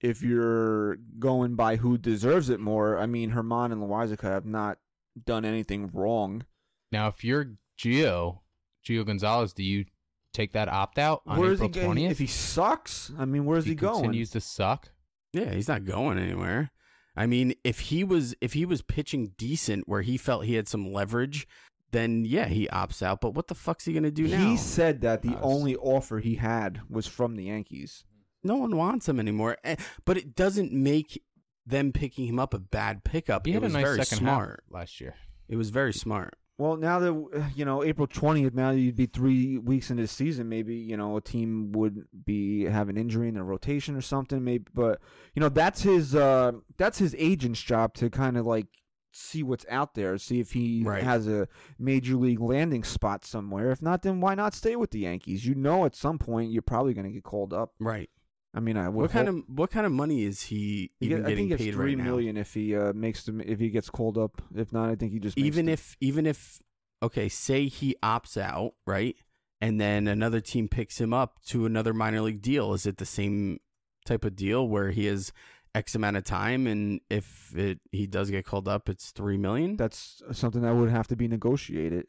Speaker 3: if you're going by who deserves it more, I mean, Herman and Loizica have not done anything wrong.
Speaker 5: Now, if you're Gio, Gio Gonzalez, do you take that opt out on
Speaker 3: Where is
Speaker 5: April
Speaker 3: he going?
Speaker 5: twentieth?
Speaker 3: If he sucks, I mean, where's he, going?
Speaker 5: Continues to suck.
Speaker 4: Yeah, he's not going anywhere. I mean, if he was if he was pitching decent where he felt he had some leverage, then yeah, he opts out. But what the fuck's he gonna do now?
Speaker 3: He said that the
Speaker 5: Uh,
Speaker 3: only offer he had was from the Yankees.
Speaker 4: no one wants him anymore. Eh, But it doesn't make them picking him up a bad pickup.
Speaker 5: He
Speaker 4: it
Speaker 5: had a
Speaker 4: was
Speaker 5: nice
Speaker 4: very
Speaker 5: second
Speaker 4: smart.
Speaker 5: half last year.
Speaker 4: It was very smart.
Speaker 3: Well, now that <sighs> uh, you know April twentieth, now you'd be three weeks into the season. Maybe you know a team would be have an injury in their rotation or something. Maybe, but you know that's his uh, that's his agent's job to kind of like see what's out there, see if he
Speaker 4: Right.
Speaker 3: has a major league landing spot somewhere. If not, then why not stay with the Yankees? You know, at some point you're probably going to get called up.
Speaker 4: Right.
Speaker 3: I mean, I would
Speaker 4: What kind
Speaker 3: hope-
Speaker 4: of what kind of money is he
Speaker 3: He
Speaker 4: even
Speaker 3: get, I
Speaker 4: getting
Speaker 3: think it's
Speaker 4: paid
Speaker 3: three
Speaker 4: right now?
Speaker 3: million if he uh, makes them if he gets called up. If not, I think he just makes
Speaker 4: even
Speaker 3: the-
Speaker 4: if even if okay say he opts out right and then another team picks him up to another minor league deal is it the same type of deal where he has x amount of time and if it he does get called up it's 3 million
Speaker 3: that's something that would have to be negotiated.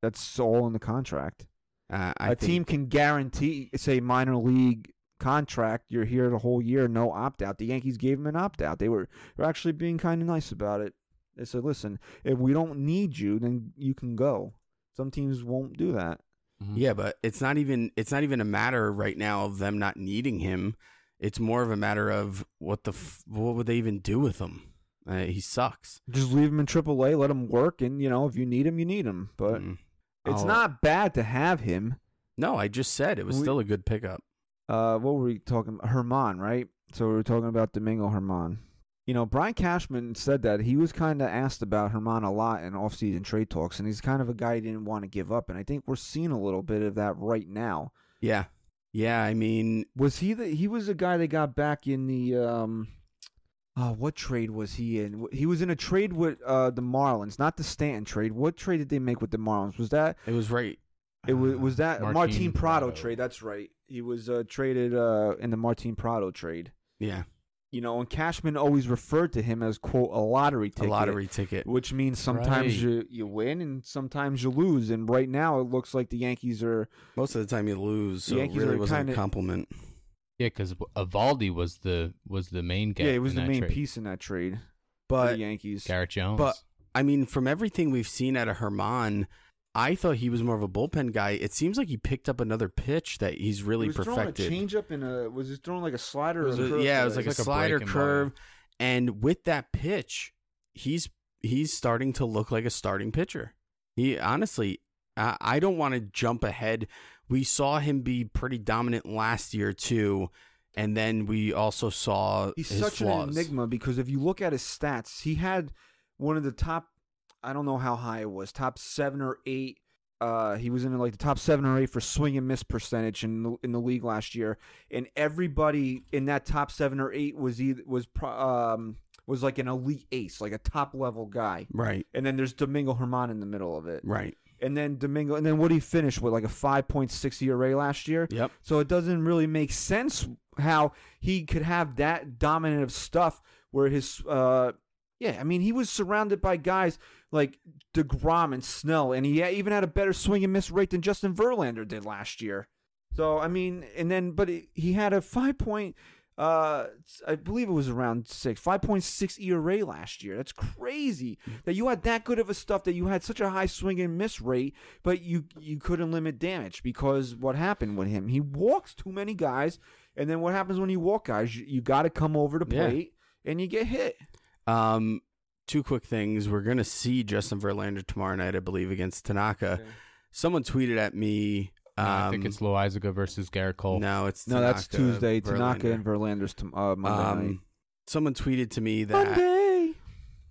Speaker 3: That's all in the contract.
Speaker 4: uh,
Speaker 3: A
Speaker 4: I think-
Speaker 3: team can guarantee, say, minor league contract. You're here the whole year, no opt out. The Yankees gave him an opt out. They were were actually being kind of nice about it. They said, "Listen, if we don't need you, then you can go." Some teams won't do that.
Speaker 4: Mm-hmm. yeah but it's not even it's not even a matter right now of them not needing him it's more of a matter of what the f- what would they even do with him uh, he sucks
Speaker 3: Just leave him in AAA, let him work, and you know if you need him, you need him. But
Speaker 4: Mm.
Speaker 3: it's
Speaker 4: I'll-
Speaker 3: not bad to have him.
Speaker 4: no i just said it was
Speaker 3: We-
Speaker 4: still a good pickup
Speaker 3: uh, what were we talking about? Herman, right? So we were talking about Domingo Herman. You know, Brian Cashman said that he was kind of asked about Herman a lot in offseason trade talks, and he's kind of a guy he didn't want to give up. And I think we're seeing a little bit of that right now.
Speaker 4: Yeah. Yeah, I mean,
Speaker 3: Was he the he was the guy that got back in the um, uh, what trade was he in? He was in a trade with uh the Marlins, not the Stanton trade. What trade did they make with the Marlins? Was that
Speaker 4: it was right.
Speaker 3: It was was that
Speaker 5: Martin
Speaker 3: Martin, Prado,
Speaker 5: Prado.
Speaker 3: trade. That's right. He was uh, traded uh, in the Martin Prado trade.
Speaker 4: Yeah,
Speaker 3: You know, and Cashman always referred to him as quote a lottery ticket,
Speaker 4: a lottery ticket.
Speaker 3: which means sometimes
Speaker 5: Right.
Speaker 3: you you win and sometimes you lose. And right now, it looks like the Yankees are
Speaker 4: Most of the time you lose, so
Speaker 3: The
Speaker 4: it
Speaker 3: Yankees
Speaker 4: really
Speaker 3: are
Speaker 4: wasn't a
Speaker 3: kinda-
Speaker 4: compliment.
Speaker 5: yeah, because Avaldi was the was the main guy.
Speaker 3: yeah, it was
Speaker 5: in
Speaker 3: the
Speaker 5: that
Speaker 3: main
Speaker 5: trade.
Speaker 3: piece in that trade for
Speaker 4: But
Speaker 3: the Yankees.
Speaker 5: Garrett Jones.
Speaker 4: but I mean, from everything we've seen out of Herman, I thought he was more of a bullpen guy. It seems like he picked up another pitch that he's really
Speaker 3: he was
Speaker 4: perfected.
Speaker 3: throwing a changeup and a was he throwing like a
Speaker 4: It
Speaker 3: slider?
Speaker 4: was
Speaker 3: or a
Speaker 4: a-
Speaker 3: curve
Speaker 4: yeah, it
Speaker 3: today?
Speaker 4: was like,
Speaker 5: It's
Speaker 4: a
Speaker 5: like a
Speaker 4: slider
Speaker 5: breaking ball,
Speaker 4: curve, and with that pitch, he's he's starting to look like a starting pitcher. He honestly, I, I don't want to jump ahead. We saw him be pretty dominant last year too, and then we also saw
Speaker 3: He's
Speaker 4: his
Speaker 3: such
Speaker 4: flaws.
Speaker 3: an enigma because if you look at his stats, he had one of the top. I don't know how high it was, top seven or eight. Uh, he was in like the top seven or eight for swing and miss percentage in the, in the league last year, and everybody in that top seven or eight was either was pro, um, was like an elite ace, like a top level guy.
Speaker 4: Right.
Speaker 3: And then there's Domingo Herman in the middle of it.
Speaker 4: Right.
Speaker 3: And then Domingo, and then what did he finish with? Like a 5.6 ERA E last year.
Speaker 4: Yep.
Speaker 3: So it doesn't really make sense how he could have that dominant of stuff where his, uh, yeah, I mean, he was surrounded by guys like DeGrom and Snell, and he even had a better swing and miss rate than Justin Verlander did last year. So, I mean, and then, but it, he had a 5 point, uh, I believe it was around six, 5.6 ERA last year. That's crazy that you had that good of a stuff that you had such a high swing and miss rate, but you, you couldn't limit damage because what happened with him? He walks too many guys, and then what happens when you walk guys? You, you got to come over the
Speaker 4: Yeah.
Speaker 3: plate and you get hit.
Speaker 4: Um, two quick things. We're gonna see Justin Verlander tomorrow night, I believe, against Tanaka. Someone tweeted at me. Um,
Speaker 5: I think it's Loizaga versus Garrett Cole.
Speaker 4: no, it's
Speaker 3: No, that's
Speaker 4: Tanaka,
Speaker 3: Tuesday. Tanaka
Speaker 4: Verlander.
Speaker 3: and Verlander's tom uh, Monday night.
Speaker 4: Um, someone tweeted to me that
Speaker 3: Monday.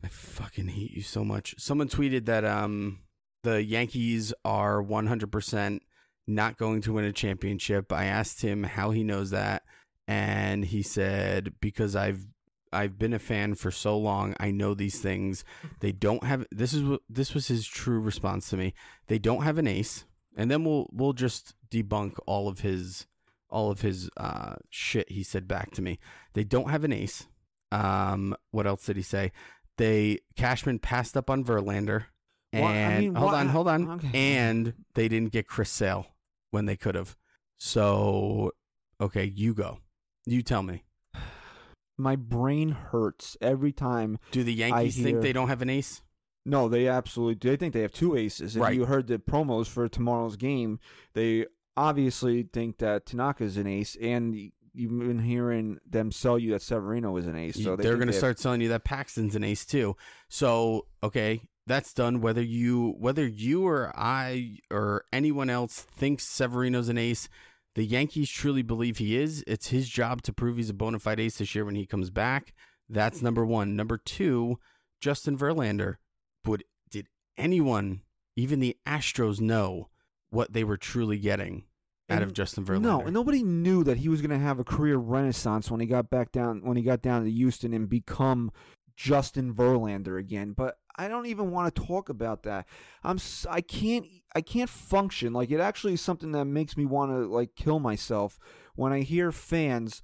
Speaker 4: I fucking hate you so much. Someone tweeted that um the Yankees are 100% not going to win a championship. I asked him how he knows that and he said because I've I've been a fan for so long. I know these things. They don't have this is what this was his true response to me. They don't have an ace. And then we'll we'll just debunk all of his all of his uh shit he said back to me. They don't have an ace. Um what else did he say? they Cashman passed up on Verlander, and
Speaker 3: Why- I mean,
Speaker 4: hold
Speaker 3: why-
Speaker 4: on, hold on,
Speaker 3: okay.
Speaker 4: and they didn't get Chris Sale when they could have. So, okay, you go, you tell me.
Speaker 3: My brain hurts every time.
Speaker 4: Do the Yankees
Speaker 3: hear-
Speaker 4: think they don't have an ace?
Speaker 3: No, they absolutely do. They think they have two aces. If
Speaker 4: Right.
Speaker 3: you heard the promos for tomorrow's game, they obviously think that Tanaka's an ace, and y- you've been hearing them sell you that Severino is an ace. So they think
Speaker 4: are going to
Speaker 3: they have-
Speaker 4: start selling you that Paxton's an ace too. So, okay, that's done. Whether you, whether you or I or anyone else thinks Severino's an ace, the Yankees truly believe he is. It's his job to prove he's a bona fide ace this year when he comes back. That's number one. Number two, Justin Verlander. Would did anyone, even the Astros, know what they were truly getting out of
Speaker 3: And-
Speaker 4: Justin Verlander?
Speaker 3: No, nobody knew that he was going to have a career renaissance when he got back down when he got down to Houston and become Justin Verlander again. But I don't even want to talk about that. I'm s- I can't I can't function like it. Actually, is something that makes me want to like kill myself when I hear fans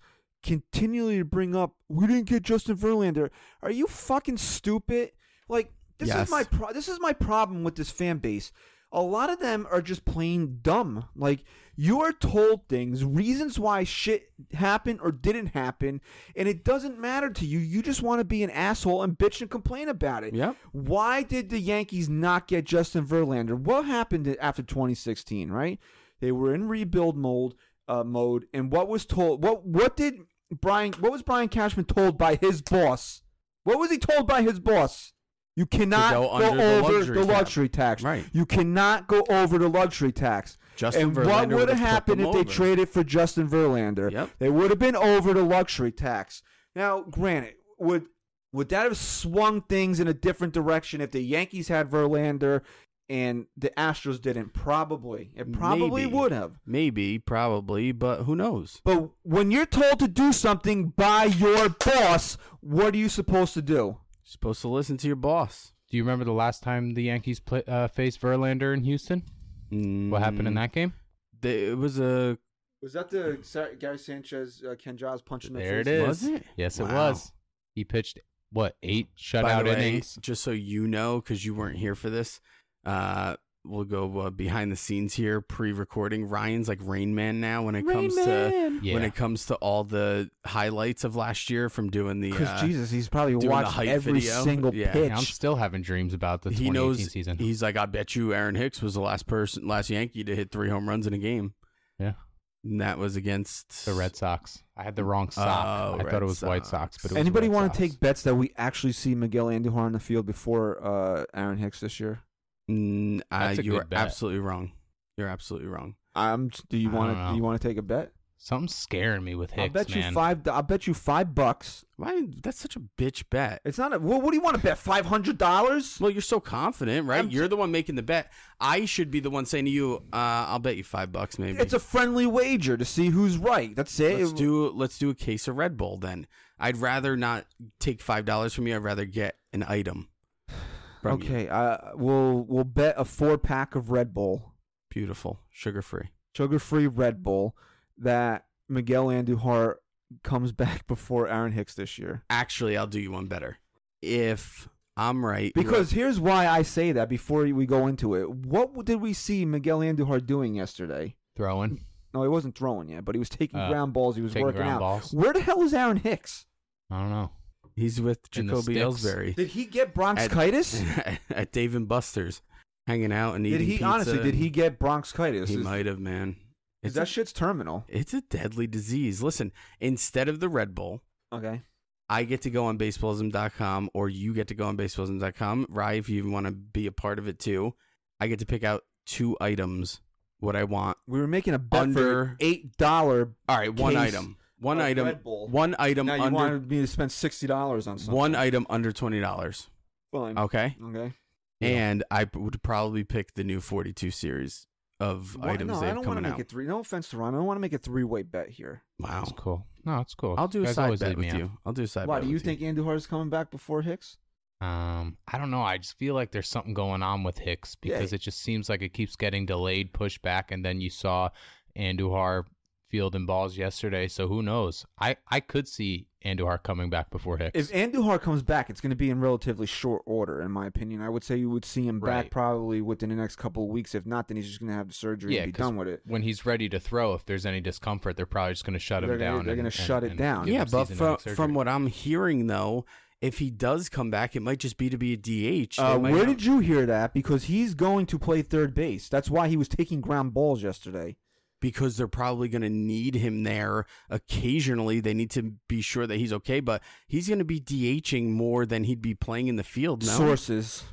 Speaker 3: continually bring up we didn't get Justin Verlander. Are you fucking stupid? Like this
Speaker 4: Yes.
Speaker 3: is my pro- this is my problem with this fan base. A lot of them are just plain dumb. Like you are told things, reasons why shit happened or didn't happen, and it doesn't matter to you. You just want to be an asshole and bitch and complain about it.
Speaker 4: Yep.
Speaker 3: Why did the Yankees not get Justin Verlander? What happened after 2016? Right, they were in rebuild mold uh, mode, and what was told? What what did Brian? What was Brian Cashman told by his boss? What was he told by his boss? You cannot
Speaker 4: go
Speaker 3: go,
Speaker 4: under the
Speaker 3: over
Speaker 4: luxury
Speaker 3: the
Speaker 4: tax.
Speaker 3: luxury tax.
Speaker 4: Right.
Speaker 3: You cannot go over the luxury tax.
Speaker 4: Justin
Speaker 3: and
Speaker 4: Verlander
Speaker 3: what
Speaker 4: would
Speaker 3: would
Speaker 4: have
Speaker 3: have
Speaker 4: put
Speaker 3: happened
Speaker 4: them
Speaker 3: if they
Speaker 4: over.
Speaker 3: traded for Justin Verlander?
Speaker 4: Yep.
Speaker 3: They would have been over the luxury tax. Now, granted, would would that have swung things in a different direction if the Yankees had Verlander and the Astros didn't? Probably. It probably
Speaker 4: Maybe.
Speaker 3: would have.
Speaker 4: Maybe, probably, but who knows?
Speaker 3: But when you're told to do something by your boss, what are you supposed to do?
Speaker 4: supposed to listen to your boss.
Speaker 5: Do you remember the last time the Yankees play, uh, faced Verlander in Houston? What
Speaker 3: Mm.
Speaker 4: Mm.
Speaker 5: happened in that game?
Speaker 4: They, it was a
Speaker 3: Was that the Sa- Gary Sanchez uh, Ken Giles punching the
Speaker 5: There it
Speaker 3: face?
Speaker 5: is.
Speaker 4: Was it?
Speaker 5: Yes, it
Speaker 4: Wow.
Speaker 5: was. He pitched what eight
Speaker 4: by
Speaker 5: shutout
Speaker 4: the way,
Speaker 5: innings.
Speaker 4: Just so you know, because you weren't here for this, uh, we'll go uh, behind the scenes here, pre-recording. Ryan's like Rain Man now when it comes to
Speaker 5: Yeah.
Speaker 4: when it comes to all the highlights of last year from doing the.
Speaker 3: Because
Speaker 4: Uh,
Speaker 3: Jesus, he's probably
Speaker 4: doing the
Speaker 3: watched
Speaker 4: hype
Speaker 3: every
Speaker 4: video.
Speaker 3: single
Speaker 4: Yeah.
Speaker 3: pitch.
Speaker 5: I'm still having dreams about the 2018
Speaker 4: he knows
Speaker 5: season.
Speaker 4: he's like, I bet you Aaron Hicks was the last person, last Yankee to hit three home runs in a game.
Speaker 5: Yeah.
Speaker 4: and that was against
Speaker 5: the Red Sox. I had the wrong sock.
Speaker 4: Oh,
Speaker 5: I
Speaker 4: Red
Speaker 5: thought it was White
Speaker 4: Sox.
Speaker 5: Sox. But it was
Speaker 3: Anybody
Speaker 5: Red
Speaker 3: want
Speaker 5: Sox.
Speaker 3: to take bets that we actually see Miguel Andujar on the field before uh, Aaron Hicks this year?
Speaker 4: Mm, uh,
Speaker 5: That's a
Speaker 4: you're
Speaker 5: good bet.
Speaker 4: absolutely wrong. You're absolutely wrong.
Speaker 3: Um, do you
Speaker 5: I
Speaker 3: want
Speaker 5: don't
Speaker 3: to?
Speaker 5: know.
Speaker 3: Do you want to take a bet?
Speaker 5: Something's scaring me with
Speaker 3: I
Speaker 5: Hicks,
Speaker 3: bet you
Speaker 5: man.
Speaker 3: five. I bet you five bucks.
Speaker 4: Why? That's such a bitch bet.
Speaker 3: It's not a. Well, what do you want to bet? Five hundred dollars?
Speaker 4: Well, you're so confident, right?
Speaker 3: I'm-
Speaker 4: you're the one making the bet. I should be the one saying to you, uh, "I'll bet you five bucks, maybe."
Speaker 3: It's a friendly wager to see who's right. That's it.
Speaker 4: let's
Speaker 3: It-
Speaker 4: do let's do a case of Red Bull then. I'd rather not take five dollars from you. I'd rather get an item. <sighs> From you.
Speaker 3: okay. Uh, we'll we'll bet a four pack of Red Bull,
Speaker 4: beautiful, sugar free.
Speaker 3: sugar free Red Bull, that Miguel Andujar comes <laughs> back before Aaron Hicks this year.
Speaker 4: Actually, I'll do you one better. If I'm right,
Speaker 3: Because here's why I say that before we go into it. What did we see Miguel Andujar doing yesterday?
Speaker 5: Throwing.
Speaker 3: No, he wasn't throwing yet, but he was taking
Speaker 5: Uh,
Speaker 3: ground balls. He was
Speaker 5: taking
Speaker 3: working
Speaker 5: ground
Speaker 3: out.
Speaker 5: balls.
Speaker 3: Where the hell is Aaron Hicks?
Speaker 5: I don't know.
Speaker 4: he's with
Speaker 5: In the
Speaker 4: Jacoby
Speaker 5: sticks.
Speaker 4: Ellsbury
Speaker 3: Did he get bronchitis?
Speaker 4: <laughs> at Dave and Buster's, hanging out and
Speaker 3: Did
Speaker 4: eating
Speaker 3: he
Speaker 4: pizza.
Speaker 3: honestly? Did he get bronchitis?
Speaker 4: He
Speaker 3: Is-
Speaker 4: might have, man.
Speaker 3: is
Speaker 4: It's
Speaker 3: that
Speaker 4: a-
Speaker 3: shit's terminal?
Speaker 4: It's a deadly disease. Listen, instead of the Red Bull,
Speaker 3: Okay.
Speaker 4: I get to go on baseballism.com or you get to go on baseballism.com. Rye, if you want to be a part of it too, I get to pick out two items what I want.
Speaker 3: We were making a bet for
Speaker 4: Under-
Speaker 3: eight dollar.
Speaker 4: All right, one
Speaker 3: Case
Speaker 4: item. One
Speaker 3: of
Speaker 4: item.
Speaker 3: Red Bull.
Speaker 4: One item
Speaker 3: Now you
Speaker 4: under
Speaker 3: wanted me to spend sixty dollars on something.
Speaker 4: one item under twenty dollars.
Speaker 3: Fine.
Speaker 4: Okay.
Speaker 3: Okay.
Speaker 4: And I p- would probably pick the new forty two series of
Speaker 3: Why-
Speaker 4: items
Speaker 3: no,
Speaker 4: they
Speaker 3: I
Speaker 4: have
Speaker 3: don't want to
Speaker 4: coming
Speaker 3: make
Speaker 4: out.
Speaker 3: it three. No offense to Ron, I don't want to make a three way bet here.
Speaker 4: wow.
Speaker 5: It's cool. No, it's cool.
Speaker 4: I'll do
Speaker 5: You
Speaker 4: a
Speaker 5: guys
Speaker 4: side
Speaker 5: always
Speaker 4: bet
Speaker 5: lead me
Speaker 4: with
Speaker 5: out.
Speaker 4: you. I'll do a side
Speaker 3: Why
Speaker 4: bet.
Speaker 3: do you
Speaker 4: with
Speaker 3: think Andujar is coming back before Hicks?
Speaker 5: Um, I don't know. I just feel like there's something going on with Hicks
Speaker 3: Yeah.
Speaker 5: because it just seems like it keeps getting delayed, pushed back, and then you saw Andujar fielding balls yesterday. So who knows? I I could see Andujar coming back before Hicks.
Speaker 3: If Andujar comes back, it's going to be in relatively short order, in my opinion. I would say you would see him back
Speaker 5: Right.
Speaker 3: probably within the next couple of weeks. If not, then he's just going to have the surgery
Speaker 5: yeah,
Speaker 3: and be
Speaker 5: 'cause
Speaker 3: done with it.
Speaker 5: When he's ready to throw, if there's any discomfort, they're probably just going to shut
Speaker 3: They're
Speaker 5: him
Speaker 3: gonna-
Speaker 5: down.
Speaker 3: they're
Speaker 5: and-
Speaker 3: gonna
Speaker 5: and-
Speaker 3: shut it
Speaker 5: and
Speaker 3: down.
Speaker 5: give
Speaker 4: yeah,
Speaker 5: him
Speaker 4: but from,
Speaker 5: season-ending
Speaker 4: from
Speaker 5: surgery.
Speaker 4: what I'm hearing though, if he does come back, it might just be to be a DH. They
Speaker 3: Uh,
Speaker 4: might
Speaker 3: where
Speaker 4: not-
Speaker 3: did you hear that? Because he's going to play third base. That's why he was taking ground balls yesterday.
Speaker 4: because they're probably going to need him there occasionally. They need to be sure that he's okay, but he's going to be DHing more than he'd be playing in the field. No,
Speaker 3: Sources.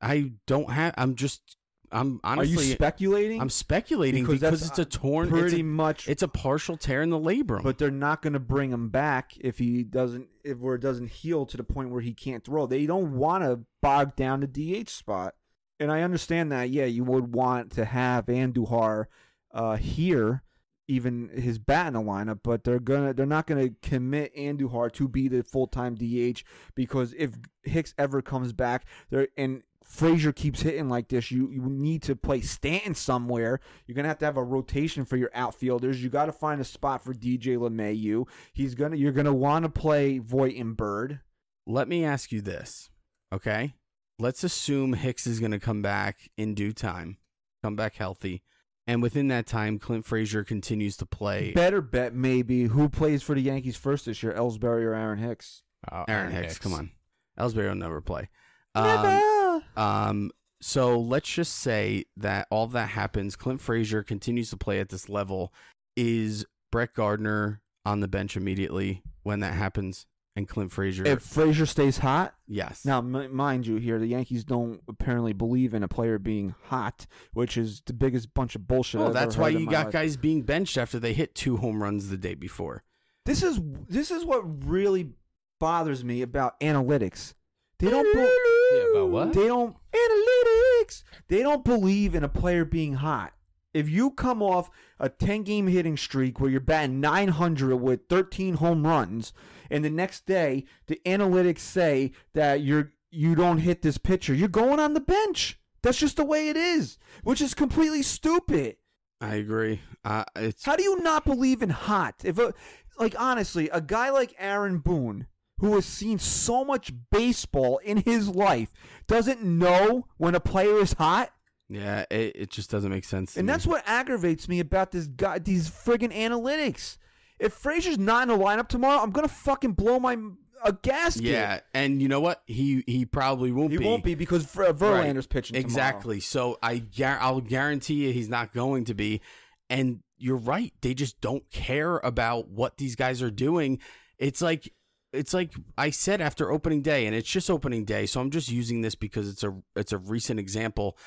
Speaker 4: I don't have. I'm just. I'm
Speaker 3: Are you
Speaker 4: honestly.
Speaker 3: speculating?
Speaker 4: I'm speculating
Speaker 3: Because
Speaker 4: because,
Speaker 3: that's,
Speaker 4: it's a torn.
Speaker 3: Pretty
Speaker 4: it's a,
Speaker 3: much.
Speaker 4: It's a partial tear in the labrum.
Speaker 3: but they're not going to bring him back if he doesn't if where it doesn't heal to the point where he can't throw. They don't want to bog down the DH spot. And I understand that. Yeah, you would want to have Andujar uh, here, even his bat in the lineup. But they're gonna they're not going to commit Andujar to be the full time DH because if Hicks ever comes back, there and Frazier keeps hitting like this, you, you need to play Stanton somewhere. You're gonna have to have a rotation for your outfielders. You got to find a spot for DJ LeMayu. He's gonna you're gonna want to play Voight and Bird.
Speaker 4: Let me ask you this, okay? Let's assume Hicks is going to come back in due time, come back healthy, and within that time, Clint Frazier continues to play.
Speaker 3: Better bet maybe who plays for the Yankees first this year, Ellsbury or Aaron Hicks.
Speaker 5: Uh,
Speaker 4: Aaron Hicks, come on. Ellsbury will never play. Um,
Speaker 3: Never.
Speaker 4: Um, so let's just say that all that happens. Clint Frazier continues to play at this level. Is Brett Gardner on the bench immediately when that happens? And Clint Frazier,
Speaker 3: If Frazier stays hot,
Speaker 4: yes.
Speaker 3: Now, m- mind you, here the Yankees don't apparently believe in a player being hot, which is the biggest bunch of bullshit.
Speaker 4: Oh,
Speaker 3: I've
Speaker 4: that's
Speaker 3: ever
Speaker 4: why
Speaker 3: heard in
Speaker 4: you
Speaker 3: my
Speaker 4: got
Speaker 3: life.
Speaker 4: guys being benched after they hit two home runs the day before.
Speaker 3: This is this is what really bothers me about analytics. They don't. Be-
Speaker 5: Yeah, about what?
Speaker 3: They don't analytics. They don't believe in a player being hot. If you come off a 10 game hitting streak where you're batting 900 with 13 home runs and the next day the analytics say that you're you don't hit this pitcher, you're going on the bench. That's just the way it is, which is completely stupid.
Speaker 4: I agree. Uh, it's
Speaker 3: How do you not believe in hot? If a, like honestly, a guy like Aaron Boone, who has seen so much baseball in his life, doesn't know when a player is hot,
Speaker 4: yeah, it, it just doesn't make sense. to
Speaker 3: and
Speaker 4: me.
Speaker 3: that's what aggravates me about this guy. These friggin' analytics. If Frazier's not in the lineup tomorrow, I'm gonna fucking blow my a gasket.
Speaker 4: yeah, and you know what? He he probably won't
Speaker 3: he
Speaker 4: be.
Speaker 3: won't be because Ver-
Speaker 4: Right.
Speaker 3: Verlander's pitching tomorrow.
Speaker 4: exactly. So I gar- I'll guarantee you he's not going to be. And you're right. They just don't care about what these guys are doing. It's like it's like I said after opening day, and it's just opening day. So I'm just using this because it's a it's a recent example.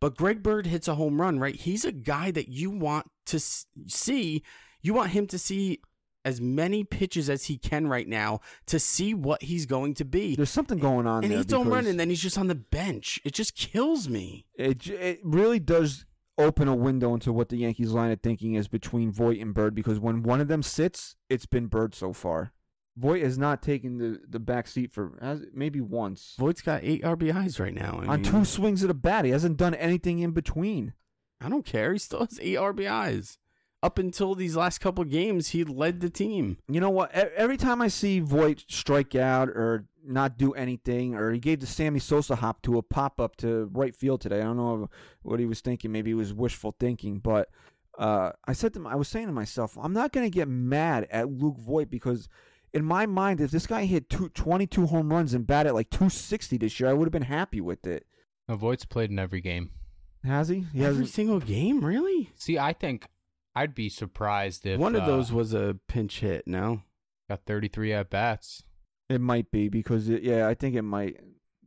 Speaker 4: But Greg Bird hits a home run, right? He's a guy that you want to s- see. You want him to see as many pitches as he can right now to see what he's going to be.
Speaker 3: There's something going on
Speaker 4: and
Speaker 3: there.
Speaker 4: he's don't
Speaker 3: because
Speaker 4: run, and then he's just on the bench. It just kills me.
Speaker 3: It, j- it really does open a window into what the Yankees' line of thinking is between Voight and Bird because when one of them sits, it's been Bird so far. Voight has not taken the, the back seat for has, maybe once.
Speaker 4: Voight's got eight RBIs right now. I
Speaker 3: on
Speaker 4: mean,
Speaker 3: two swings at a bat, he hasn't done anything in between.
Speaker 4: I don't care. He still has eight RBIs. Up until these last couple games, he led the team.
Speaker 3: You know what? E- Every time I see Voight strike out or not do anything, or he gave the Sammy Sosa hop to a pop up to right field today. I don't know what he was thinking. Maybe it was wishful thinking, but uh, I said to m- I was saying to myself, I'm not going to get mad at Luke Voight because. In my mind, if this guy hit two, 22 home runs and bat at like 260 this year, I would have been happy with it.
Speaker 5: Now, Voight's played in every game.
Speaker 3: Has he? He
Speaker 4: Every
Speaker 3: hasn't.
Speaker 4: single game, really?
Speaker 5: See, I think I'd be surprised if
Speaker 4: One of
Speaker 5: uh,
Speaker 4: those was a pinch hit, no?
Speaker 5: got 33 at bats.
Speaker 3: It might be because it, yeah, I think it might.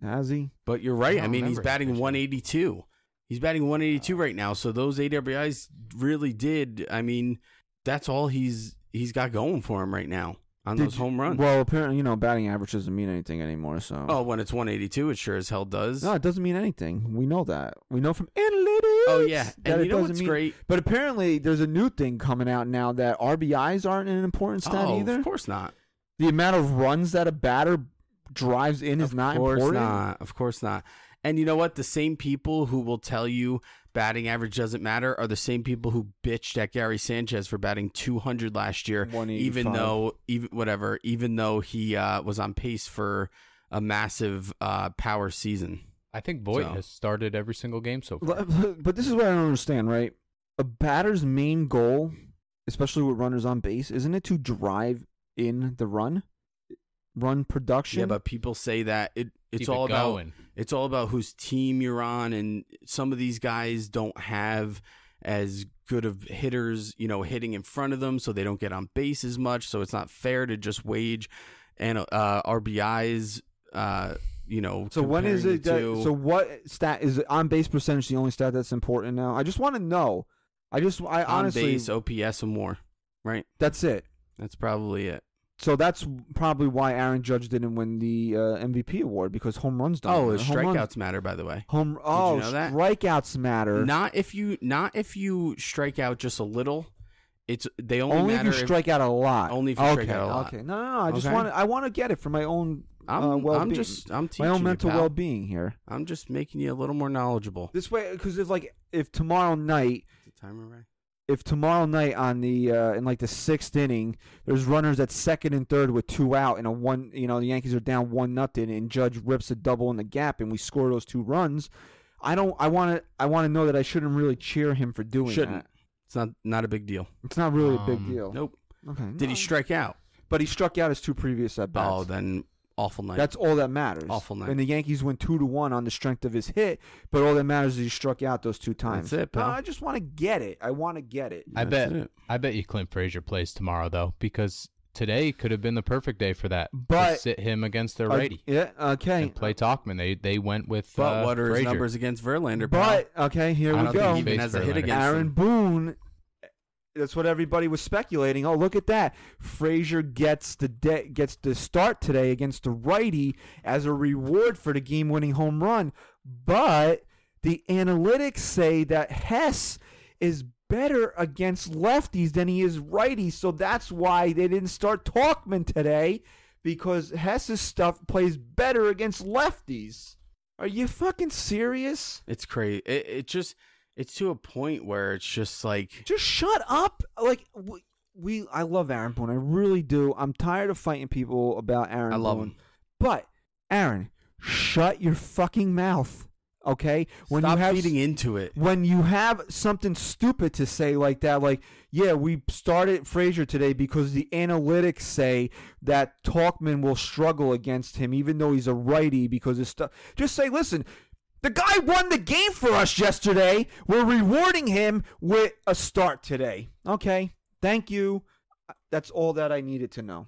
Speaker 3: Has he?
Speaker 4: But you're
Speaker 5: I
Speaker 4: right.
Speaker 5: don't
Speaker 4: I, mean, he's
Speaker 5: remember his
Speaker 4: batting
Speaker 5: pitching.
Speaker 4: 182. He's batting 182 right now. So those eight RBIs really did. I mean, that's all he's he's got going for him right now on
Speaker 3: Did
Speaker 4: those
Speaker 3: you-
Speaker 4: home runs.
Speaker 3: Well, apparently, you know, batting average doesn't mean anything anymore. So,
Speaker 4: oh, when it's 182, it sure as hell does.
Speaker 3: no, it doesn't mean anything. We know that. We know from analytics.
Speaker 4: oh yeah,
Speaker 3: that
Speaker 4: and
Speaker 3: it
Speaker 4: you know
Speaker 3: doesn't
Speaker 4: what's
Speaker 3: mean-
Speaker 4: great?
Speaker 3: But apparently, there's a new thing coming out now that RBIs aren't an important stat
Speaker 4: Oh,
Speaker 3: either.
Speaker 4: of course not.
Speaker 3: The amount of runs that a batter drives in is
Speaker 4: of
Speaker 3: not
Speaker 4: course
Speaker 3: important.
Speaker 4: not. Of course not. And you know what? The same people who will tell you batting average doesn't matter are the same people who bitched at Gary Sanchez for batting 200 last year,
Speaker 3: 185.
Speaker 4: even though even whatever, even though he uh, was on pace for a massive uh, power season.
Speaker 5: I think Voight
Speaker 4: So-
Speaker 5: has started every single game so far.
Speaker 3: But but this is what I don't understand, right? A batter's main goal, especially with runners on base, isn't it to drive in the run, run production?
Speaker 4: Yeah, but people say that it it's
Speaker 5: Keep it
Speaker 4: all about
Speaker 5: going.
Speaker 4: it's all about whose team you're on and some of these guys don't have as good of hitters you know hitting in front of them so they don't get on base as much so it's not fair to just wage and uh rbis uh you know
Speaker 3: So when is
Speaker 4: comparing
Speaker 3: it?
Speaker 4: the
Speaker 3: That,
Speaker 4: two.
Speaker 3: so what stat is on base percentage the only stat that's important now? I just want to know. I just I
Speaker 4: on
Speaker 3: honestly
Speaker 4: base ops and more right
Speaker 3: that's it.
Speaker 4: that's probably it
Speaker 3: So that's probably why Aaron Judge didn't win the uh, MVP award because home runs don't.
Speaker 4: oh
Speaker 3: matter.
Speaker 4: his
Speaker 3: Home runs-
Speaker 4: strikeouts matter by the way
Speaker 3: Home oh
Speaker 4: know that?
Speaker 3: strikeouts matter.
Speaker 4: not if you not if you strike out just a little it's they only,
Speaker 3: only if
Speaker 4: matter
Speaker 3: you strike out a lot.
Speaker 4: only if you
Speaker 3: okay,
Speaker 4: strike out a lot.
Speaker 3: Okay, no, no, no. I just
Speaker 4: Okay?
Speaker 3: want I want to get it for my own
Speaker 4: I'm,
Speaker 3: uh, well
Speaker 4: I'm just i'm teaching
Speaker 3: my own
Speaker 4: you,
Speaker 3: mental
Speaker 4: pal.
Speaker 3: well being here.
Speaker 4: I'm just making you a little more knowledgeable.
Speaker 3: This way, because if like if tomorrow night
Speaker 4: The timer right?
Speaker 3: if tomorrow night on the uh, in like the sixth inning, there's runners at second and third with two out, and a one, you know, the Yankees are down one nothing, and Judge rips a double in the gap, and we score those two runs. I don't. I want to. I want to know that I shouldn't really cheer him for doing
Speaker 4: Shouldn't.
Speaker 3: that.
Speaker 4: It's not not a big deal.
Speaker 3: It's not really a big
Speaker 5: Um,
Speaker 3: deal.
Speaker 4: Nope.
Speaker 3: Okay.
Speaker 4: Did
Speaker 3: no.
Speaker 4: he strike out?
Speaker 3: But he struck out his two previous at bats.
Speaker 4: Oh, then awful night.
Speaker 3: That's all that matters.
Speaker 4: Awful night.
Speaker 3: And the Yankees went two to one on the strength of his hit, but all that matters is he struck out those two times.
Speaker 4: it, pal.
Speaker 3: No, I just want to get it. I want to get it.
Speaker 5: I
Speaker 4: That's
Speaker 5: bet.
Speaker 4: it.
Speaker 5: I bet you Clint Frazier plays tomorrow though, because today could have been the perfect day for that. To
Speaker 3: But-
Speaker 5: sit him against their
Speaker 3: Uh,
Speaker 5: righty
Speaker 3: yeah. Okay.
Speaker 5: and play Talkman. They they went with
Speaker 4: But
Speaker 5: uh,
Speaker 4: what are his
Speaker 5: Frazier.
Speaker 4: numbers against Verlander? pal?
Speaker 3: But okay, here
Speaker 5: I
Speaker 3: we
Speaker 5: don't
Speaker 3: go.
Speaker 5: think
Speaker 4: he even
Speaker 5: Faced
Speaker 4: has a hit
Speaker 5: Verlander.
Speaker 4: against
Speaker 3: Aaron
Speaker 4: him.
Speaker 3: Boone. That's what everybody was speculating. Oh, look at that! Frazier gets the de- gets the start today against the righty as a reward for the game-winning home run. But the analytics say that Hess is better against lefties than he is righties, so that's why they didn't start Talkman today because Hess's stuff plays better against lefties. Are you fucking serious?
Speaker 4: It's crazy. It, it just it's to a point where it's just like
Speaker 3: just shut up. Like we, we I love Aaron Boone. I really do. I'm tired of fighting people about Aaron.
Speaker 4: I love
Speaker 3: Boone.
Speaker 4: him.
Speaker 3: But Aaron, shut your fucking mouth. Okay?
Speaker 4: stop feeding into it.
Speaker 3: when you have something stupid to say like that, like, yeah, we started Frazier today because the analytics say that Talkman will struggle against him, even though he's a righty, because his stuff. Just say, listen, the guy won the game for us yesterday. We're rewarding him with a start today. Okay, thank you. That's all that I needed to know.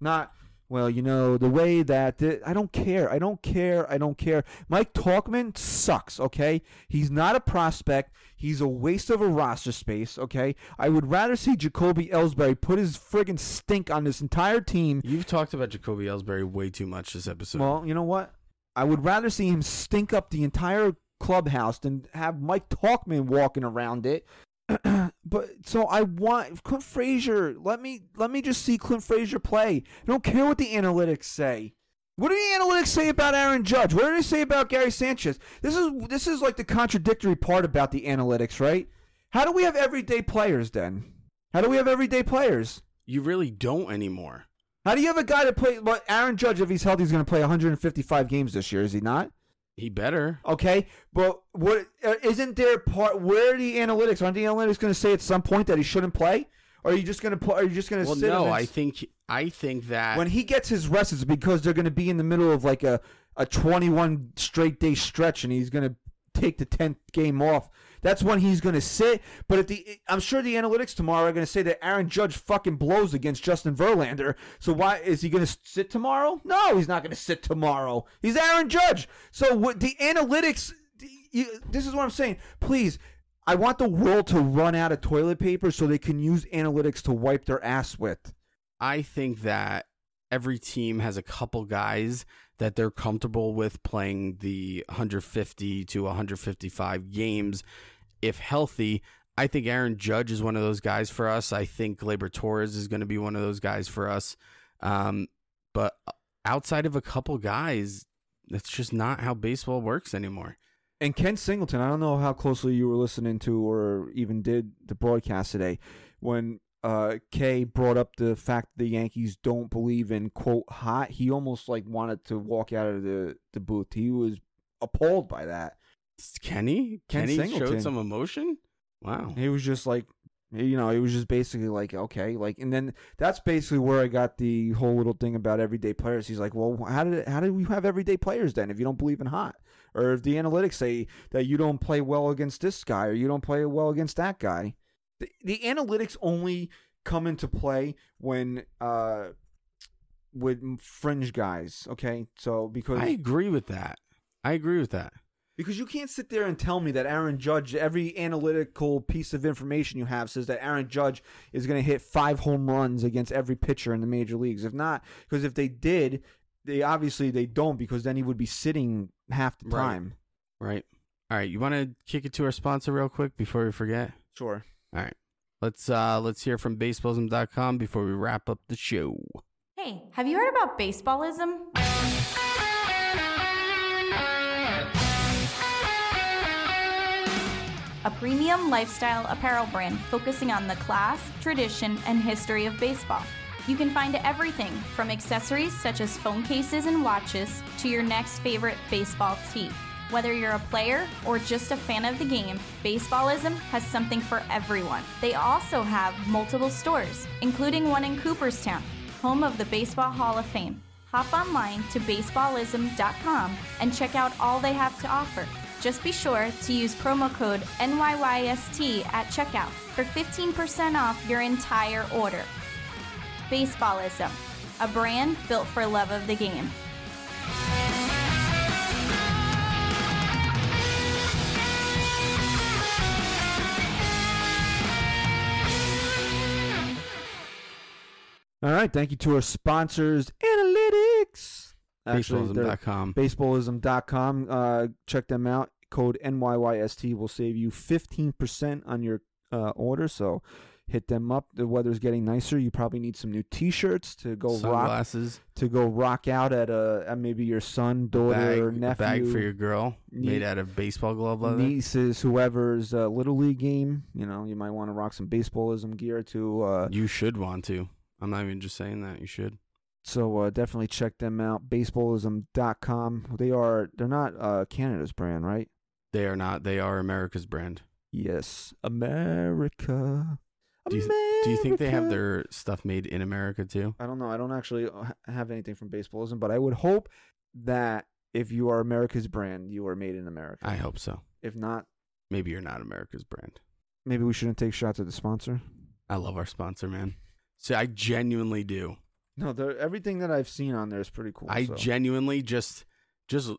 Speaker 3: Not, well, you know, the way that thi- I don't care. I don't care. I don't care. Mike Talkman sucks, okay? He's not a prospect. He's a waste of a roster space, okay? I would rather see Jacoby Ellsbury put his friggin' stink on this entire team.
Speaker 4: You've talked about Jacoby Ellsbury way too much this episode.
Speaker 3: Well, you know what? I would rather see him stink up the entire clubhouse than have Mike Talkman walking around it. <clears throat> but so I want Clint Frazier. Let me let me just see Clint Frazier play. I don't care what the analytics say. What do the analytics say about Aaron Judge? What do they say about Gary Sanchez? This is this is like the contradictory part about the analytics, right? How do we have everyday players then? How do we have everyday players?
Speaker 4: you really don't anymore.
Speaker 3: How do you have a guy that plays? But Aaron Judge, if he's healthy, is going to play 155 games this year, is he not?
Speaker 4: He better.
Speaker 3: Okay, but what uh, isn't there part where are the analytics? Aren't the analytics going to say at some point that he shouldn't play? Or are you just going to play? Are you just going to
Speaker 4: Well,
Speaker 3: sit? him
Speaker 4: no,
Speaker 3: and-
Speaker 4: I think I think that
Speaker 3: when he gets his rest, it's because they're going to be in the middle of like a a 21 straight day stretch, and he's going to take the 10th game off. That's when he's going to sit. But at the, I'm sure the analytics tomorrow are going to say that Aaron Judge fucking blows against Justin Verlander. So why is he going to sit tomorrow? No, he's not going to sit tomorrow. He's Aaron Judge. So what the analytics you, this is what I'm saying. Please, I want the world to run out of toilet paper so they can use analytics to wipe their ass with.
Speaker 4: I think that every team has a couple guys that they're comfortable with playing the 150 to 155 games if healthy. I think Aaron Judge is one of those guys for us. I think Labor Torres is going to be one of those guys for us. Um, but outside of a couple guys, that's just not how baseball works anymore.
Speaker 3: And Ken Singleton, I don't know how closely you were listening to or even did the broadcast today when uh, Kay brought up the fact the Yankees don't believe in quote hot. He almost like wanted to walk out of the, the booth. He was appalled by that.
Speaker 4: Kenny,
Speaker 3: Ken
Speaker 4: Kenny
Speaker 3: Singleton.
Speaker 4: showed some emotion. Wow.
Speaker 3: He was just like, you know, he was just basically like, okay, like, and then that's basically where I got the whole little thing about everyday players. He's like, well, how did how did we have everyday players then if you don't believe in hot, or if the analytics say that you don't play well against this guy or you don't play well against that guy? The, the analytics only come into play when uh with fringe guys, okay? So because
Speaker 4: I agree with that. I agree with that.
Speaker 3: because you can't sit there and tell me that Aaron Judge, every analytical piece of information you have says that Aaron Judge is going to hit five home runs against every pitcher in the major leagues. If not, because if they did, they obviously they don't because then he would be sitting half the
Speaker 4: Right.
Speaker 3: time.
Speaker 4: Right. All right. You want to kick it to our sponsor real quick before we forget?
Speaker 3: Sure.
Speaker 4: All right. Let's uh let's hear from baseballism.com before we wrap up the show.
Speaker 6: Hey, have you heard about baseballism? A premium lifestyle apparel brand focusing on the class, tradition, and history of baseball. You can find everything from accessories such as phone cases and watches to your next favorite baseball tee. Whether you're a player or just a fan of the game, Baseballism has something for everyone. They also have multiple stores, including one in Cooperstown home of the Baseball Hall of Fame. Hop online to baseballism.com and check out all they have to offer. Just be sure to use promo code NYYST at checkout for 15% off your entire order. Baseballism, a brand built for love of the game.
Speaker 3: All right. Thank you to our sponsors, Analytics. Actually, they're-
Speaker 4: Baseballism.com.
Speaker 3: baseballism.com. Uh, check them out. Code NYYST will save you 15% on your uh, order. So hit them up. The weather's getting nicer. You probably need some new t-shirts to go rock
Speaker 4: Sunglasses.
Speaker 3: to go rock out at a at maybe your son,
Speaker 4: a
Speaker 3: daughter,
Speaker 4: bag, a
Speaker 3: nephew,
Speaker 4: bag for your girl made
Speaker 3: Ye-
Speaker 4: out of baseball glove leather.
Speaker 3: nieces, whoever's uh, little league game. You know, you might want to rock some baseballism gear to uh,
Speaker 4: You should want to. I'm not even just saying that. You should.
Speaker 3: So uh, definitely check them out. Baseballism.com. They are they're not uh, Canada's brand, right?
Speaker 4: They are not. They are America's brand.
Speaker 3: Yes, America.
Speaker 4: Do you, do you think they have
Speaker 3: America.
Speaker 4: their stuff made in America too?
Speaker 3: I don't know. I don't actually uh, ha- have anything from baseballism, but I would hope that if you are America's brand, you are made in America.
Speaker 4: I hope so.
Speaker 3: If not,
Speaker 4: Maybe you're not America's brand.
Speaker 3: maybe we shouldn't take shots at the sponsor.
Speaker 4: I love our sponsor, man. So I genuinely do.
Speaker 3: No, they're- everything that I've seen on there is pretty cool.
Speaker 4: I
Speaker 3: so.
Speaker 4: genuinely just just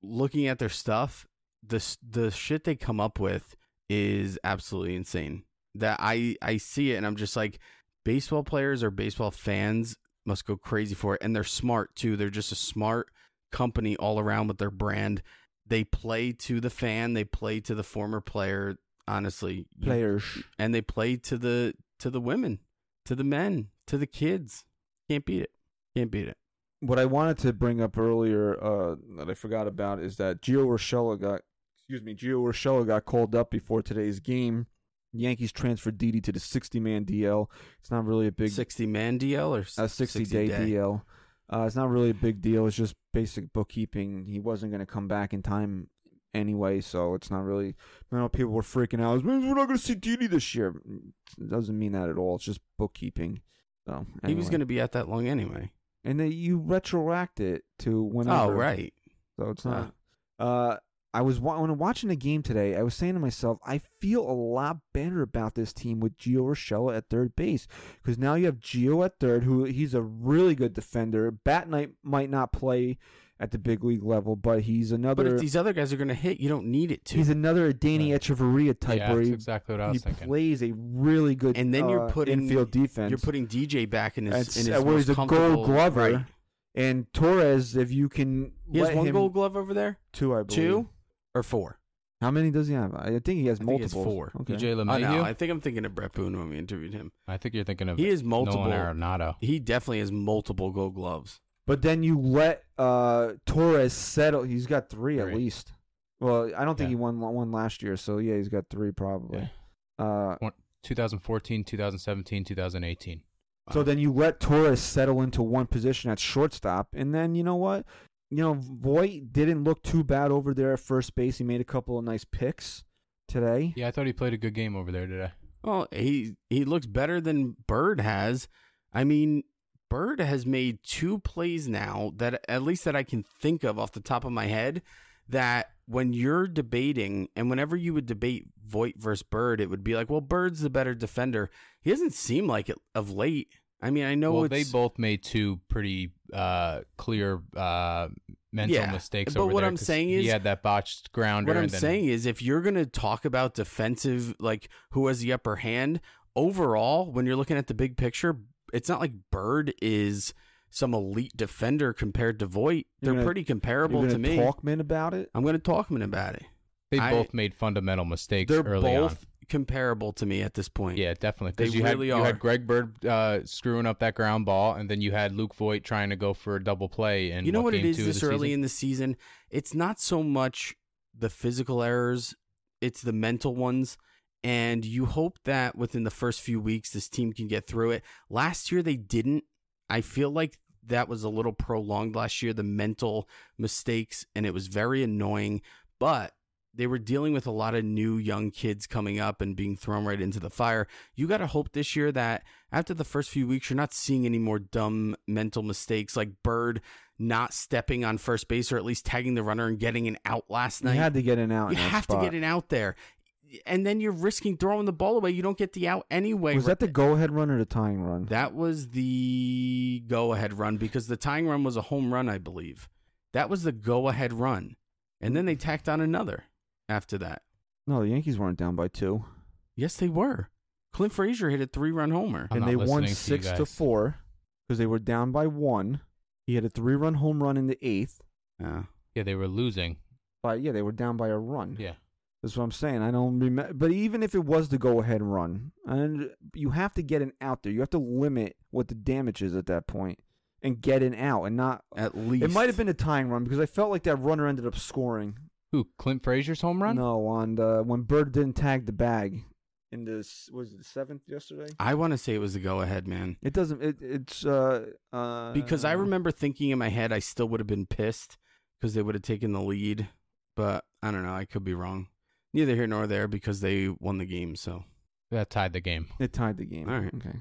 Speaker 4: looking at their stuff, the s- the shit they come up with is absolutely insane. That I I see it and I'm just like baseball players or baseball fans must go crazy for it and they're smart too. They're just a smart company all around with their brand. They play to the fan, they play to the former player, honestly. you-
Speaker 3: players.
Speaker 4: And they play to the to the women, to the men, to the kids. Can't beat it. Can't beat it.
Speaker 3: What I wanted to bring up earlier uh, that I forgot about is that Gio Urshela got, excuse me, Gio Urshela got called up before today's game. Yankees transferred Didi to the 60-man DL. It's not really a big
Speaker 4: 60 man DL or s-
Speaker 3: a 60 day DL. Uh, it's not really a big deal. It's just basic bookkeeping. He wasn't going to come back in time anyway, so it's not really. You know, people were freaking out. "Man, We're not going to see Didi this year. It doesn't mean that at all. It's just bookkeeping. So
Speaker 4: He was
Speaker 3: anyway.
Speaker 4: going to be out that long anyway.
Speaker 3: and then you retroact it to whenever.
Speaker 4: Oh, right.
Speaker 3: So it's not. Uh, I was wa- when I'm watching the game today. I was saying to myself, I feel a lot better about this team with Gio Urshela at third base because now you have Gio at third, who he's a really good defender. Bat night might not play at the big league level, but he's another.
Speaker 4: But if these other guys are going to hit, you don't need it
Speaker 3: he's
Speaker 4: to.
Speaker 3: another Danny
Speaker 5: Right.
Speaker 3: Echeverria type
Speaker 5: yeah,
Speaker 3: where
Speaker 5: that's
Speaker 3: he,
Speaker 5: exactly what I
Speaker 3: he
Speaker 5: was thinking.
Speaker 3: plays a really good
Speaker 4: And then you're
Speaker 3: uh,
Speaker 4: putting
Speaker 3: infield defense.
Speaker 4: You're putting DJ back in his.
Speaker 3: That's-
Speaker 4: in
Speaker 3: uh,
Speaker 4: his
Speaker 3: where he's
Speaker 4: most
Speaker 3: a gold
Speaker 4: comfortable-
Speaker 3: glover.
Speaker 4: Right.
Speaker 3: and Torres, if you can,
Speaker 4: He has
Speaker 3: let
Speaker 4: one
Speaker 3: him-
Speaker 4: gold glove over there.
Speaker 3: two, I believe.
Speaker 4: Two or four.
Speaker 3: How many does he have? I think he has
Speaker 4: I think he
Speaker 3: multiple.
Speaker 4: has four.
Speaker 3: Okay.
Speaker 5: DJ
Speaker 4: Oh,
Speaker 5: LeMahieu.
Speaker 4: no, I think I'm thinking of Brett Boone when we interviewed him.
Speaker 5: I think you're thinking of
Speaker 4: He is multiple.
Speaker 5: Nolan Arenado.
Speaker 4: He definitely has multiple gold gloves.
Speaker 3: But then you let uh, Torres settle. He's got three,
Speaker 5: Three.
Speaker 3: at least. Well, I don't think he
Speaker 5: Yeah.
Speaker 3: won one last year, so yeah, he's got three probably. Uh,
Speaker 5: One- 2014, 2017, 2018.
Speaker 3: So
Speaker 4: Wow.
Speaker 3: then you let Torres settle into one position at shortstop, and then you know what? You know Voit didn't look too bad over there at first base. He made a couple of nice picks today.
Speaker 5: Yeah, I thought he played a good game over there today.
Speaker 4: Well, he he looks better than Bird has. I mean, Bird has made two plays now that at least that I can think of off the top of my head that when you're debating and whenever you would debate Voight versus Bird, it would be like, well, Bird's the better defender. He doesn't seem like it of late. I mean, I know
Speaker 5: well,
Speaker 4: it's
Speaker 5: they both made two pretty uh, clear uh, mental
Speaker 4: Yeah,
Speaker 5: mistakes.
Speaker 4: but
Speaker 5: over
Speaker 4: what
Speaker 5: there
Speaker 4: I'm
Speaker 5: 'cause
Speaker 4: saying
Speaker 5: he
Speaker 4: is-
Speaker 5: had that botched grounder.
Speaker 4: What I'm
Speaker 5: and then-
Speaker 4: saying is, if you're going to talk about defensive, like who has the upper hand overall, when you're looking at the big picture, it's not like Bird is some elite defender compared to Voight.
Speaker 3: You're
Speaker 4: They're
Speaker 3: gonna-
Speaker 4: pretty comparable
Speaker 3: You're
Speaker 4: to
Speaker 3: gonna
Speaker 4: me.
Speaker 3: Talkman about it.
Speaker 4: I'm going to talk him about it.
Speaker 5: they
Speaker 4: I-
Speaker 5: both made fundamental mistakes
Speaker 4: They're
Speaker 5: early
Speaker 4: both
Speaker 5: on.
Speaker 4: comparable to me at this point.
Speaker 5: Yeah, definitely. Because
Speaker 4: They
Speaker 5: you
Speaker 4: really
Speaker 5: had you
Speaker 4: are.
Speaker 5: had Greg Bird uh, screwing up that ground ball, and then you had Luke Voigt trying to go for a double play. And
Speaker 4: you know what, it
Speaker 5: game
Speaker 4: is
Speaker 5: two of
Speaker 4: this
Speaker 5: the
Speaker 4: early
Speaker 5: season?
Speaker 4: in the season? It's not so much the physical errors, it's the mental ones. And you hope that within the first few weeks, this team can get through it. Last year, they didn't. I feel like that was a little prolonged last year, the mental mistakes, and it was very annoying. But they were dealing with a lot of new young kids coming up and being thrown right into the fire. You got to hope this year that after the first few weeks, you're not seeing any more dumb mental mistakes like Bird not stepping on first base or at least tagging the runner and getting an out last
Speaker 3: You
Speaker 4: night.
Speaker 3: had to get an out.
Speaker 4: You
Speaker 3: in that
Speaker 4: have to
Speaker 3: spot.
Speaker 4: get an out there. And then you're risking throwing the ball away. You don't get the out anyway.
Speaker 3: Was that the go-ahead run or the tying run?
Speaker 4: That was the go ahead run because the tying run was a home run, I believe. That was the go ahead run. And then they tacked on another after that.
Speaker 3: no, the Yankees weren't down by two.
Speaker 4: Yes, they were. Clint Frazier hit a three run homer.
Speaker 5: I'm
Speaker 3: and
Speaker 5: not
Speaker 3: they won
Speaker 5: listening to you
Speaker 3: six to,
Speaker 5: guys.
Speaker 3: four because they were down by one. He had a three-run home run in the eighth,
Speaker 4: Yeah.
Speaker 5: yeah, they were losing.
Speaker 3: but yeah, they were down by a run.
Speaker 4: Mm.
Speaker 5: Yeah,
Speaker 3: That's what I'm saying. I don't remember, but even if it was the go-ahead run, and you have to get an out there, you have to limit what the damage is at that point and get an out, and not.
Speaker 4: At least.
Speaker 3: It might have been a tying run because I felt like that runner ended up scoring.
Speaker 5: who? Clint Frazier's home run?
Speaker 3: No, on the when Bird didn't tag the bag in the s- was it the seventh yesterday.
Speaker 4: I want to say it was the go ahead, man.
Speaker 3: It doesn't. It, it's uh, uh
Speaker 4: Because I remember thinking in my head I still would have been pissed because they would have taken the lead. But I don't know. I could be wrong. Neither here nor there because they won the game. So
Speaker 5: that tied the game.
Speaker 3: it tied the game.
Speaker 4: All right.
Speaker 3: Okay.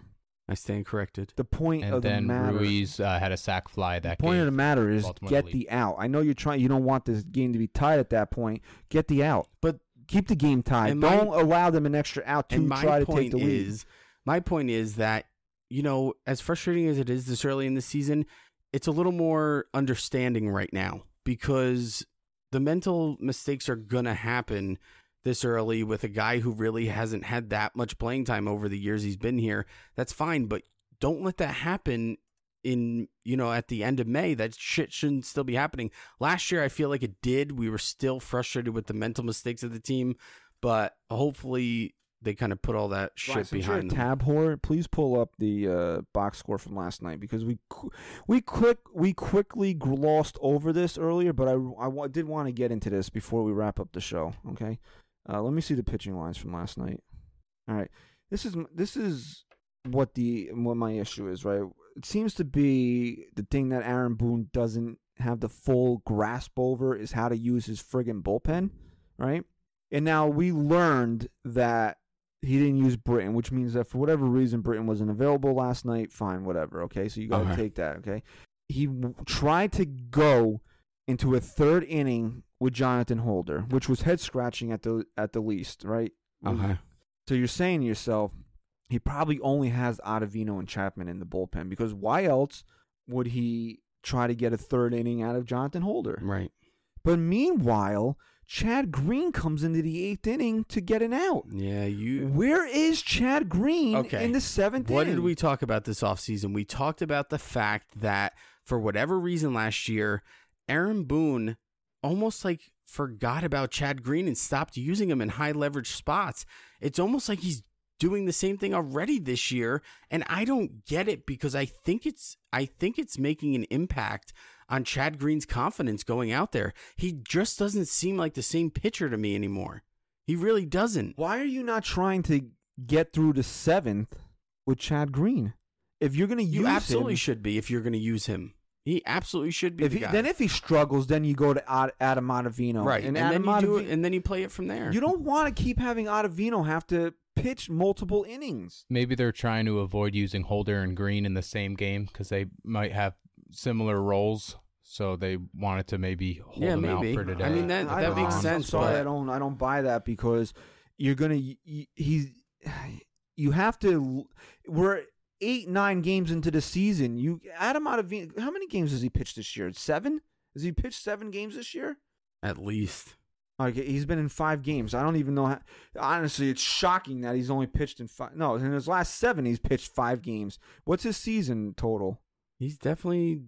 Speaker 4: I stand corrected.
Speaker 3: The point
Speaker 5: And
Speaker 3: of
Speaker 5: then
Speaker 3: the matter.
Speaker 5: Ruiz uh, had a sack fly
Speaker 3: the
Speaker 5: that
Speaker 3: point
Speaker 5: gave
Speaker 3: of the matter is
Speaker 5: Baltimore
Speaker 3: get
Speaker 5: lead.
Speaker 3: the out. I know you're trying. You don't want this game to be tied at that point. Get the out, but keep the game tied.
Speaker 4: And my-
Speaker 3: don't allow them an extra out to
Speaker 4: and my
Speaker 3: try to take
Speaker 4: point
Speaker 3: the lead.
Speaker 4: is, my point is that you know, as frustrating as it is this early in the season, it's a little more understanding right now because the mental mistakes are going to happen this early with a guy who really hasn't had that much playing time over the years he's been here. That's fine, but don't let that happen in, you know, at the end of May. That shit shouldn't still be happening. Last year, I feel like it did. We were still frustrated with the mental mistakes of the team, but hopefully they kind of put all that shit
Speaker 3: Ryan, since you're a
Speaker 4: behind them.
Speaker 3: tab whore, please pull up the uh, box score from last night because we qu- we quick we quickly glossed over this earlier, but I, I wa- did want to get into this before we wrap up the show. Okay, uh, let me see the pitching lines from last night. All right, this is m- this is what the what my issue is. Right, it seems to be the thing that Aaron Boone doesn't have the full grasp over is how to use his friggin' bullpen. Right. And now we learned that he didn't use Britain, which means that for whatever reason Britain wasn't available last night. Fine, whatever. Okay, so you got to
Speaker 4: Okay.
Speaker 3: take that. Okay, he w- tried to go into a third inning with Jonathan Holder, which was head scratching at the at the least, right?
Speaker 4: Okay.
Speaker 3: So you're saying to yourself, he probably only has Ottavino and Chapman in the bullpen because why else would he try to get a third inning out of Jonathan Holder?
Speaker 4: Right.
Speaker 3: But meanwhile, Chad Green comes into the eighth inning to get an out.
Speaker 4: Yeah, you
Speaker 3: Where is Chad Green
Speaker 4: okay
Speaker 3: in the seventh
Speaker 4: What
Speaker 3: inning?
Speaker 4: did we talk about this offseason? We talked about the fact that for whatever reason last year, Aaron Boone almost like forgot about Chad Green and stopped using him in high leverage spots. It's almost like he's doing the same thing already this year and I don't get it because I think it's I think it's making an impact on Chad Green's confidence going out there. He just doesn't seem like the same pitcher to me anymore. He really doesn't.
Speaker 3: Why are you not trying to get through the seventh with Chad Green? If you're going to use
Speaker 4: You absolutely
Speaker 3: him,
Speaker 4: should be if you're going to use him. He absolutely should be
Speaker 3: if
Speaker 4: the
Speaker 3: he,
Speaker 4: guy.
Speaker 3: then if he struggles, then you go to Ad- Adam Ottavino,
Speaker 4: right,
Speaker 3: And,
Speaker 4: and,
Speaker 3: Adam
Speaker 4: then you do it,
Speaker 3: Ottavi-
Speaker 4: and then you play it from there.
Speaker 3: you don't want to keep having Ottavino have to pitch multiple innings.
Speaker 5: Maybe they're trying to avoid using Holder and Green in the same game because they might have similar roles. So they wanted to maybe hold
Speaker 4: Yeah,
Speaker 5: them
Speaker 4: maybe.
Speaker 5: out for today.
Speaker 4: I mean, that-
Speaker 3: I
Speaker 4: that
Speaker 3: don't-
Speaker 4: makes
Speaker 3: I'm- I'm
Speaker 4: sense,
Speaker 3: sorry,
Speaker 4: but-
Speaker 3: I don't. I don't buy that because you're gonna. y- He's. <sighs> You have to. We're eight, nine games into the season. You Adam Ottavino. How many games has he pitched this year? Seven. Has he pitched seven games this year?
Speaker 4: At least
Speaker 3: Like he's been in five games. I don't even know. How, honestly, it's shocking that he's only pitched in five. No, in his last seven, he's pitched five games. What's his season total?
Speaker 4: he's definitely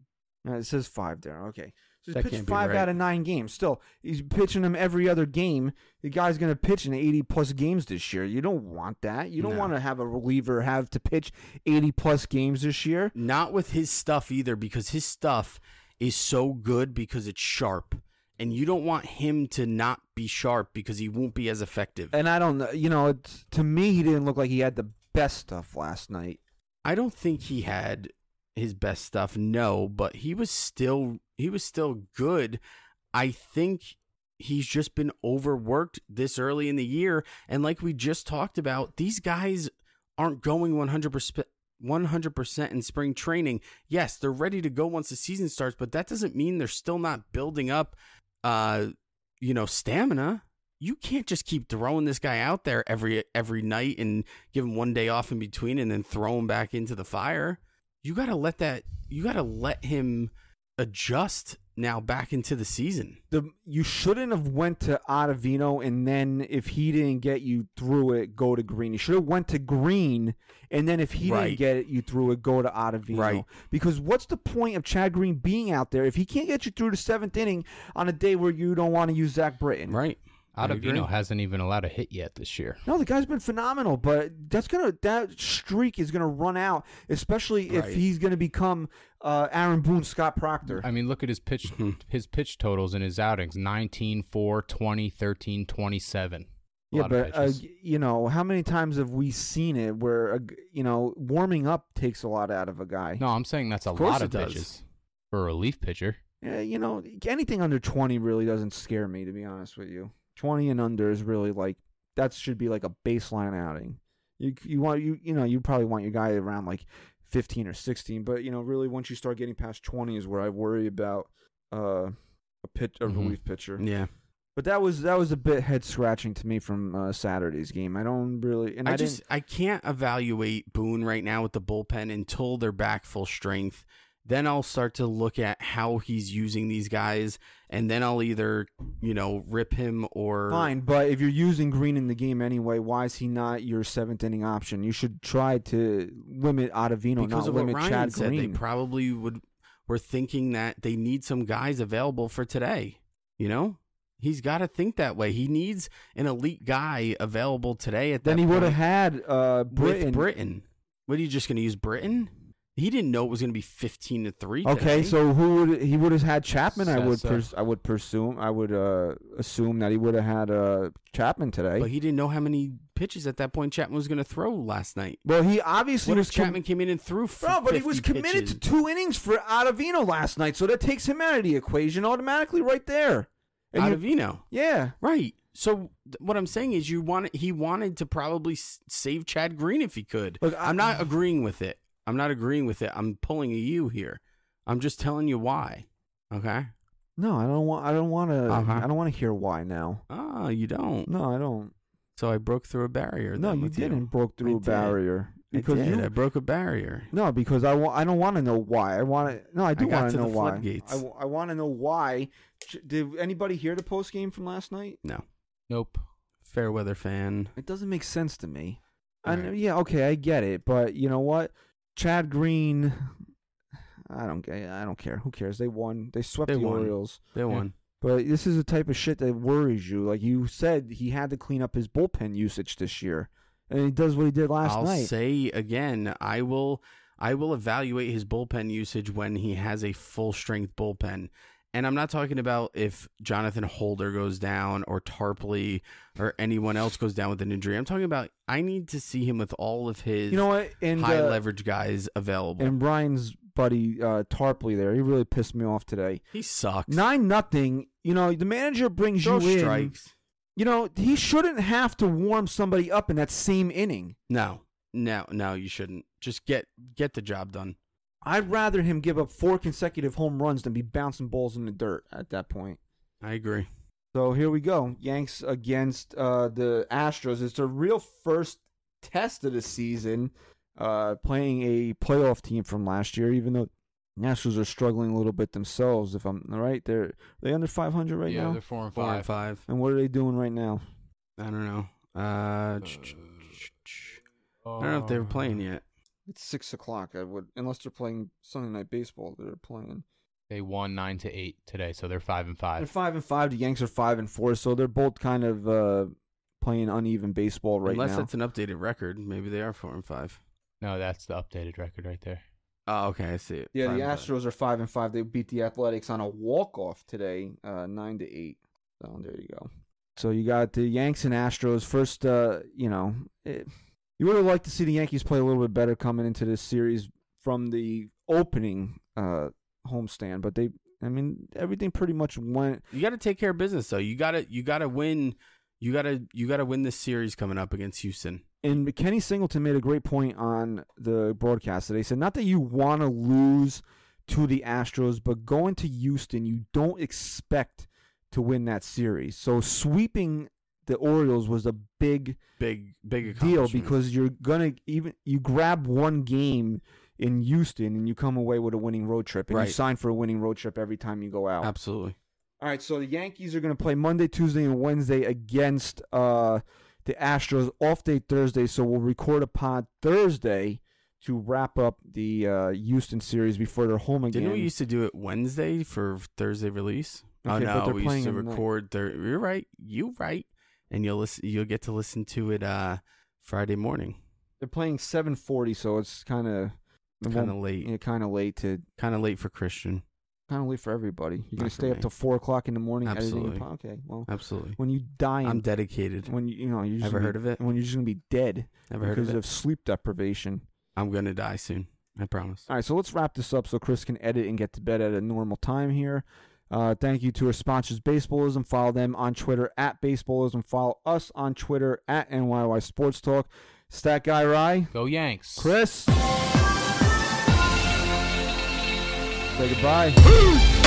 Speaker 3: Uh, it says five there. Okay. So
Speaker 4: That
Speaker 3: he's pitched
Speaker 4: can't be
Speaker 3: five
Speaker 4: right.
Speaker 3: out of nine games. Still, he's pitching him every other game. The guy's going to pitch in 80 plus games this year. You don't want that. You don't
Speaker 4: No.
Speaker 3: want to have a reliever have to pitch 80 plus games this year.
Speaker 4: not with his stuff either because his stuff is so good because it's sharp, and you don't want him to not be sharp because he won't be as effective.
Speaker 3: And I don't know. You know, it's, to me, he didn't look like he had the best stuff last night.
Speaker 4: I don't think he had his best stuff. No, but he was still he was still good. I think he's just been overworked this early in the year and like we just talked about, these guys aren't going 100% 100% in spring training. Yes, they're ready to go once the season starts, but that doesn't mean they're still not building up uh you know, stamina. You can't just keep throwing this guy out there every every night and give him one day off in between and then throw him back into the fire. You got to let that you got to let him adjust now back into the season.
Speaker 3: The, you shouldn't have went to Ottavino, and then if he didn't get you through it, go to Green. You should have went to Green, and then if he
Speaker 4: Right.
Speaker 3: didn't get it, you through it, go to Ottavino.
Speaker 4: Right.
Speaker 3: Because what's the point of Chad Green being out there if he can't get you through the seventh inning on a day where you don't want to use Zach Britton?
Speaker 4: Right. I agree.
Speaker 5: Ottavino hasn't even allowed a hit yet this year.
Speaker 3: No, the guy's been phenomenal, but that's gonna that streak is gonna run out, especially if
Speaker 4: Right.
Speaker 3: he's gonna become uh, Aaron Boone, Scott Proctor.
Speaker 5: I mean, look at his
Speaker 4: <laughs>
Speaker 5: pitch his pitch totals in his outings 19, 4, 20, 13, 27. A
Speaker 3: Yeah,
Speaker 5: lot of
Speaker 3: but uh,
Speaker 5: pitches.
Speaker 3: g- you know how many times have we seen it where a g you know warming up takes a lot out of a guy?
Speaker 5: no, I'm saying that's a
Speaker 4: Of course
Speaker 5: lot
Speaker 4: it
Speaker 5: of
Speaker 4: does.
Speaker 5: pitches for a relief pitcher.
Speaker 3: Yeah, you know anything under twenty really doesn't scare me to be honest with you. Twenty and under is really like that should be like a baseline outing. You you want you you know you probably want your guy around like fifteen or sixteen, but you know really once you start getting past twenty is where I worry about uh, a pitch a
Speaker 5: Mhm.
Speaker 3: relief pitcher.
Speaker 4: Yeah.
Speaker 3: But that was that was a bit head scratching to me from uh, Saturday's game. I don't really, and I,
Speaker 4: I,
Speaker 3: didn't-
Speaker 4: just I can't evaluate Boone right now with the bullpen until they're back full strength. Then I'll start to look at how he's using these guys, and then I'll either you know rip him or
Speaker 3: Fine, but if you're using Green in the game anyway, why is he not your seventh inning option? You should try to limit Ottavino,
Speaker 4: because
Speaker 3: not
Speaker 4: of what
Speaker 3: limit
Speaker 4: Ryan
Speaker 3: Chad
Speaker 4: said,
Speaker 3: Green.
Speaker 4: they probably would were thinking that they need some guys available for today. You know, he's got to think that way. He needs an elite guy available today. At
Speaker 3: then
Speaker 4: that
Speaker 3: he would have had
Speaker 4: point.
Speaker 3: uh,
Speaker 4: with
Speaker 3: Britain.
Speaker 4: Britain. What are you just going to use Britain? He didn't know it was going to be fifteen to three.
Speaker 3: Okay,
Speaker 4: today.
Speaker 3: so who would he would have had Chapman? I would
Speaker 5: Sessa.
Speaker 3: pers- I would presume I would uh, assume that he would have had uh, Chapman today.
Speaker 4: But he didn't know how many pitches at that point Chapman was going to throw last night.
Speaker 3: well, he obviously
Speaker 4: What
Speaker 3: was
Speaker 4: if
Speaker 3: com-
Speaker 4: Chapman came in and threw? f-
Speaker 3: Bro, but he
Speaker 4: 50
Speaker 3: was committed
Speaker 4: pitches?
Speaker 3: to two innings for Ottavino last night, so that takes him out of the equation automatically right there. And you-
Speaker 4: Ottavino.
Speaker 3: yeah.
Speaker 4: Right. So th- what I'm saying is, you wanted he wanted to probably s- save Chad Green if he could.
Speaker 3: Look, I-
Speaker 4: I'm not agreeing with it. I'm not agreeing with it. I'm pulling a you here. I'm just telling you why. Okay.
Speaker 3: No, I don't want. I don't want to.
Speaker 4: Uh-huh.
Speaker 3: I don't want to hear why now.
Speaker 4: Oh, you don't.
Speaker 3: No, I don't.
Speaker 4: So I broke through a barrier.
Speaker 3: No,
Speaker 4: then
Speaker 3: you
Speaker 4: with
Speaker 3: didn't broke
Speaker 4: I
Speaker 3: through a
Speaker 4: did.
Speaker 3: barrier because
Speaker 4: I did.
Speaker 3: you.
Speaker 4: I broke a barrier.
Speaker 3: no, because I want. I don't want to know why. I want to. No, I do
Speaker 4: I got
Speaker 3: want
Speaker 4: to
Speaker 3: know
Speaker 4: the
Speaker 3: why.
Speaker 4: floodgates.
Speaker 3: I, w- I want to know why. Ch- Did anybody hear the post game from last night?
Speaker 4: No.
Speaker 5: Nope.
Speaker 4: Fair weather fan.
Speaker 3: It doesn't make sense to me.
Speaker 4: All
Speaker 3: And
Speaker 4: right.
Speaker 3: yeah, okay, I get it, but you know what? Chad Green. I don't. ca- I don't care. Who cares? They won. They swept
Speaker 4: They
Speaker 3: the
Speaker 4: won.
Speaker 3: Orioles.
Speaker 4: They won.
Speaker 3: But this is the type of shit that worries you. Like you said, he had to clean up his bullpen usage this year, and he does what he did last
Speaker 4: I'll
Speaker 3: night.
Speaker 4: say again, I will I will evaluate his bullpen usage when he has a full strength bullpen. And I'm not talking about if Jonathan Holder goes down or Tarpley or anyone else goes down with an injury. I'm talking about I need to see him with all of his
Speaker 3: you know what? And
Speaker 4: high
Speaker 3: uh,
Speaker 4: leverage guys available.
Speaker 3: and Brian's buddy uh, Tarpley there, he really pissed me off today.
Speaker 4: he sucks.
Speaker 3: Nine nothing. You know the manager brings
Speaker 4: Throw
Speaker 3: you in.
Speaker 4: strikes.
Speaker 3: You know he shouldn't have to warm somebody up in that same inning.
Speaker 4: No. No, no, you shouldn't. Just get get the job done.
Speaker 3: I'd rather him give up four consecutive home runs than be bouncing balls in the dirt at that point.
Speaker 4: I agree.
Speaker 3: So here we go. Yanks against uh, the Astros. It's their real first test of the season, uh, playing a playoff team from last year. Even though the Astros are struggling a little bit themselves, if I'm right, they're are they under 500 right
Speaker 5: yeah,
Speaker 3: now.
Speaker 5: they're four and
Speaker 4: Four
Speaker 5: five.
Speaker 4: and five.
Speaker 3: and what are they doing right now?
Speaker 4: I don't know. Uh, ch- ch- ch- ch-
Speaker 5: Uh,
Speaker 4: I don't know if they were playing yet.
Speaker 3: It's six o'clock. I would, unless they're playing Sunday night baseball, they're playing.
Speaker 5: They won nine to eight today, so they're five and
Speaker 3: They're
Speaker 5: five.
Speaker 3: five and five. The Yanks are five and four. So they're both kind of uh, playing uneven baseball right
Speaker 4: Unless
Speaker 3: now.
Speaker 4: that's an updated record, maybe they are four and five.
Speaker 5: No, that's the updated record right there.
Speaker 4: Oh, okay, I see it.
Speaker 3: Yeah,
Speaker 4: Five
Speaker 3: the
Speaker 4: and five.
Speaker 3: Astros are five and five. They beat the Athletics on a walk off today, uh, nine to eight. So there you go. So you got the Yanks and Astros first. Uh, you know, it, you would have liked to see the Yankees play a little bit better coming into this series from the opening uh, homestand, but they. I mean, everything pretty much went.
Speaker 4: You got to take care of business though. You got to you got to win. You got to you got to win this series coming up against Houston.
Speaker 3: And Kenny Singleton made a great point on the broadcast today. He said, "Not that you want to lose to the Astros, but going to Houston, you don't expect to win that series. So sweeping the Orioles was a big
Speaker 4: Big big
Speaker 3: deal
Speaker 4: accomplishment.
Speaker 3: because you're gonna even you grab one game in Houston and you come away with a winning road trip and
Speaker 4: Right.
Speaker 3: you sign for a winning road trip every time you go out.
Speaker 4: absolutely
Speaker 3: All right, so the Yankees are going to play Monday, Tuesday, and Wednesday against uh, the Astros. Off day Thursday, so we'll record a pod Thursday to wrap up the uh, Houston series before they're home again.
Speaker 4: didn't we used to do it Wednesday for Thursday release? oh
Speaker 3: Okay, but
Speaker 4: no,
Speaker 3: they're
Speaker 4: we used
Speaker 3: playing
Speaker 4: to
Speaker 3: them tonight.
Speaker 4: record. Thir- you're right. You right. And you'll listen. You'll get to listen to it uh, Friday morning.
Speaker 3: they're playing 7:40, so it's kind of
Speaker 4: Kind of late.
Speaker 3: Yeah, kind of late to
Speaker 4: Kind of late for Christian.
Speaker 3: kind of late for everybody. You're going
Speaker 4: Not
Speaker 3: to
Speaker 4: for
Speaker 3: stay up
Speaker 4: me.
Speaker 3: till four o'clock in the morning editing.
Speaker 4: Absolutely.
Speaker 3: a pod? Okay, well,
Speaker 4: Absolutely.
Speaker 3: when you die,
Speaker 4: I'm
Speaker 3: in-
Speaker 4: dedicated.
Speaker 3: When you, you know, you're just gonna
Speaker 4: Ever
Speaker 3: be-
Speaker 4: heard of it?
Speaker 3: When you're just going to be dead
Speaker 4: Never heard
Speaker 3: because
Speaker 4: of it.
Speaker 3: of sleep deprivation.
Speaker 4: I'm gonna die soon. I promise.
Speaker 3: All right, so let's wrap this up so Chris can edit and get to bed at a normal time here. Uh, thank you to our sponsors, Baseballism. Follow them on Twitter at Baseballism. Follow us on Twitter at NYY Sports Talk. Stat Guy Rye,
Speaker 5: Go Yanks.
Speaker 3: Chris. Say goodbye.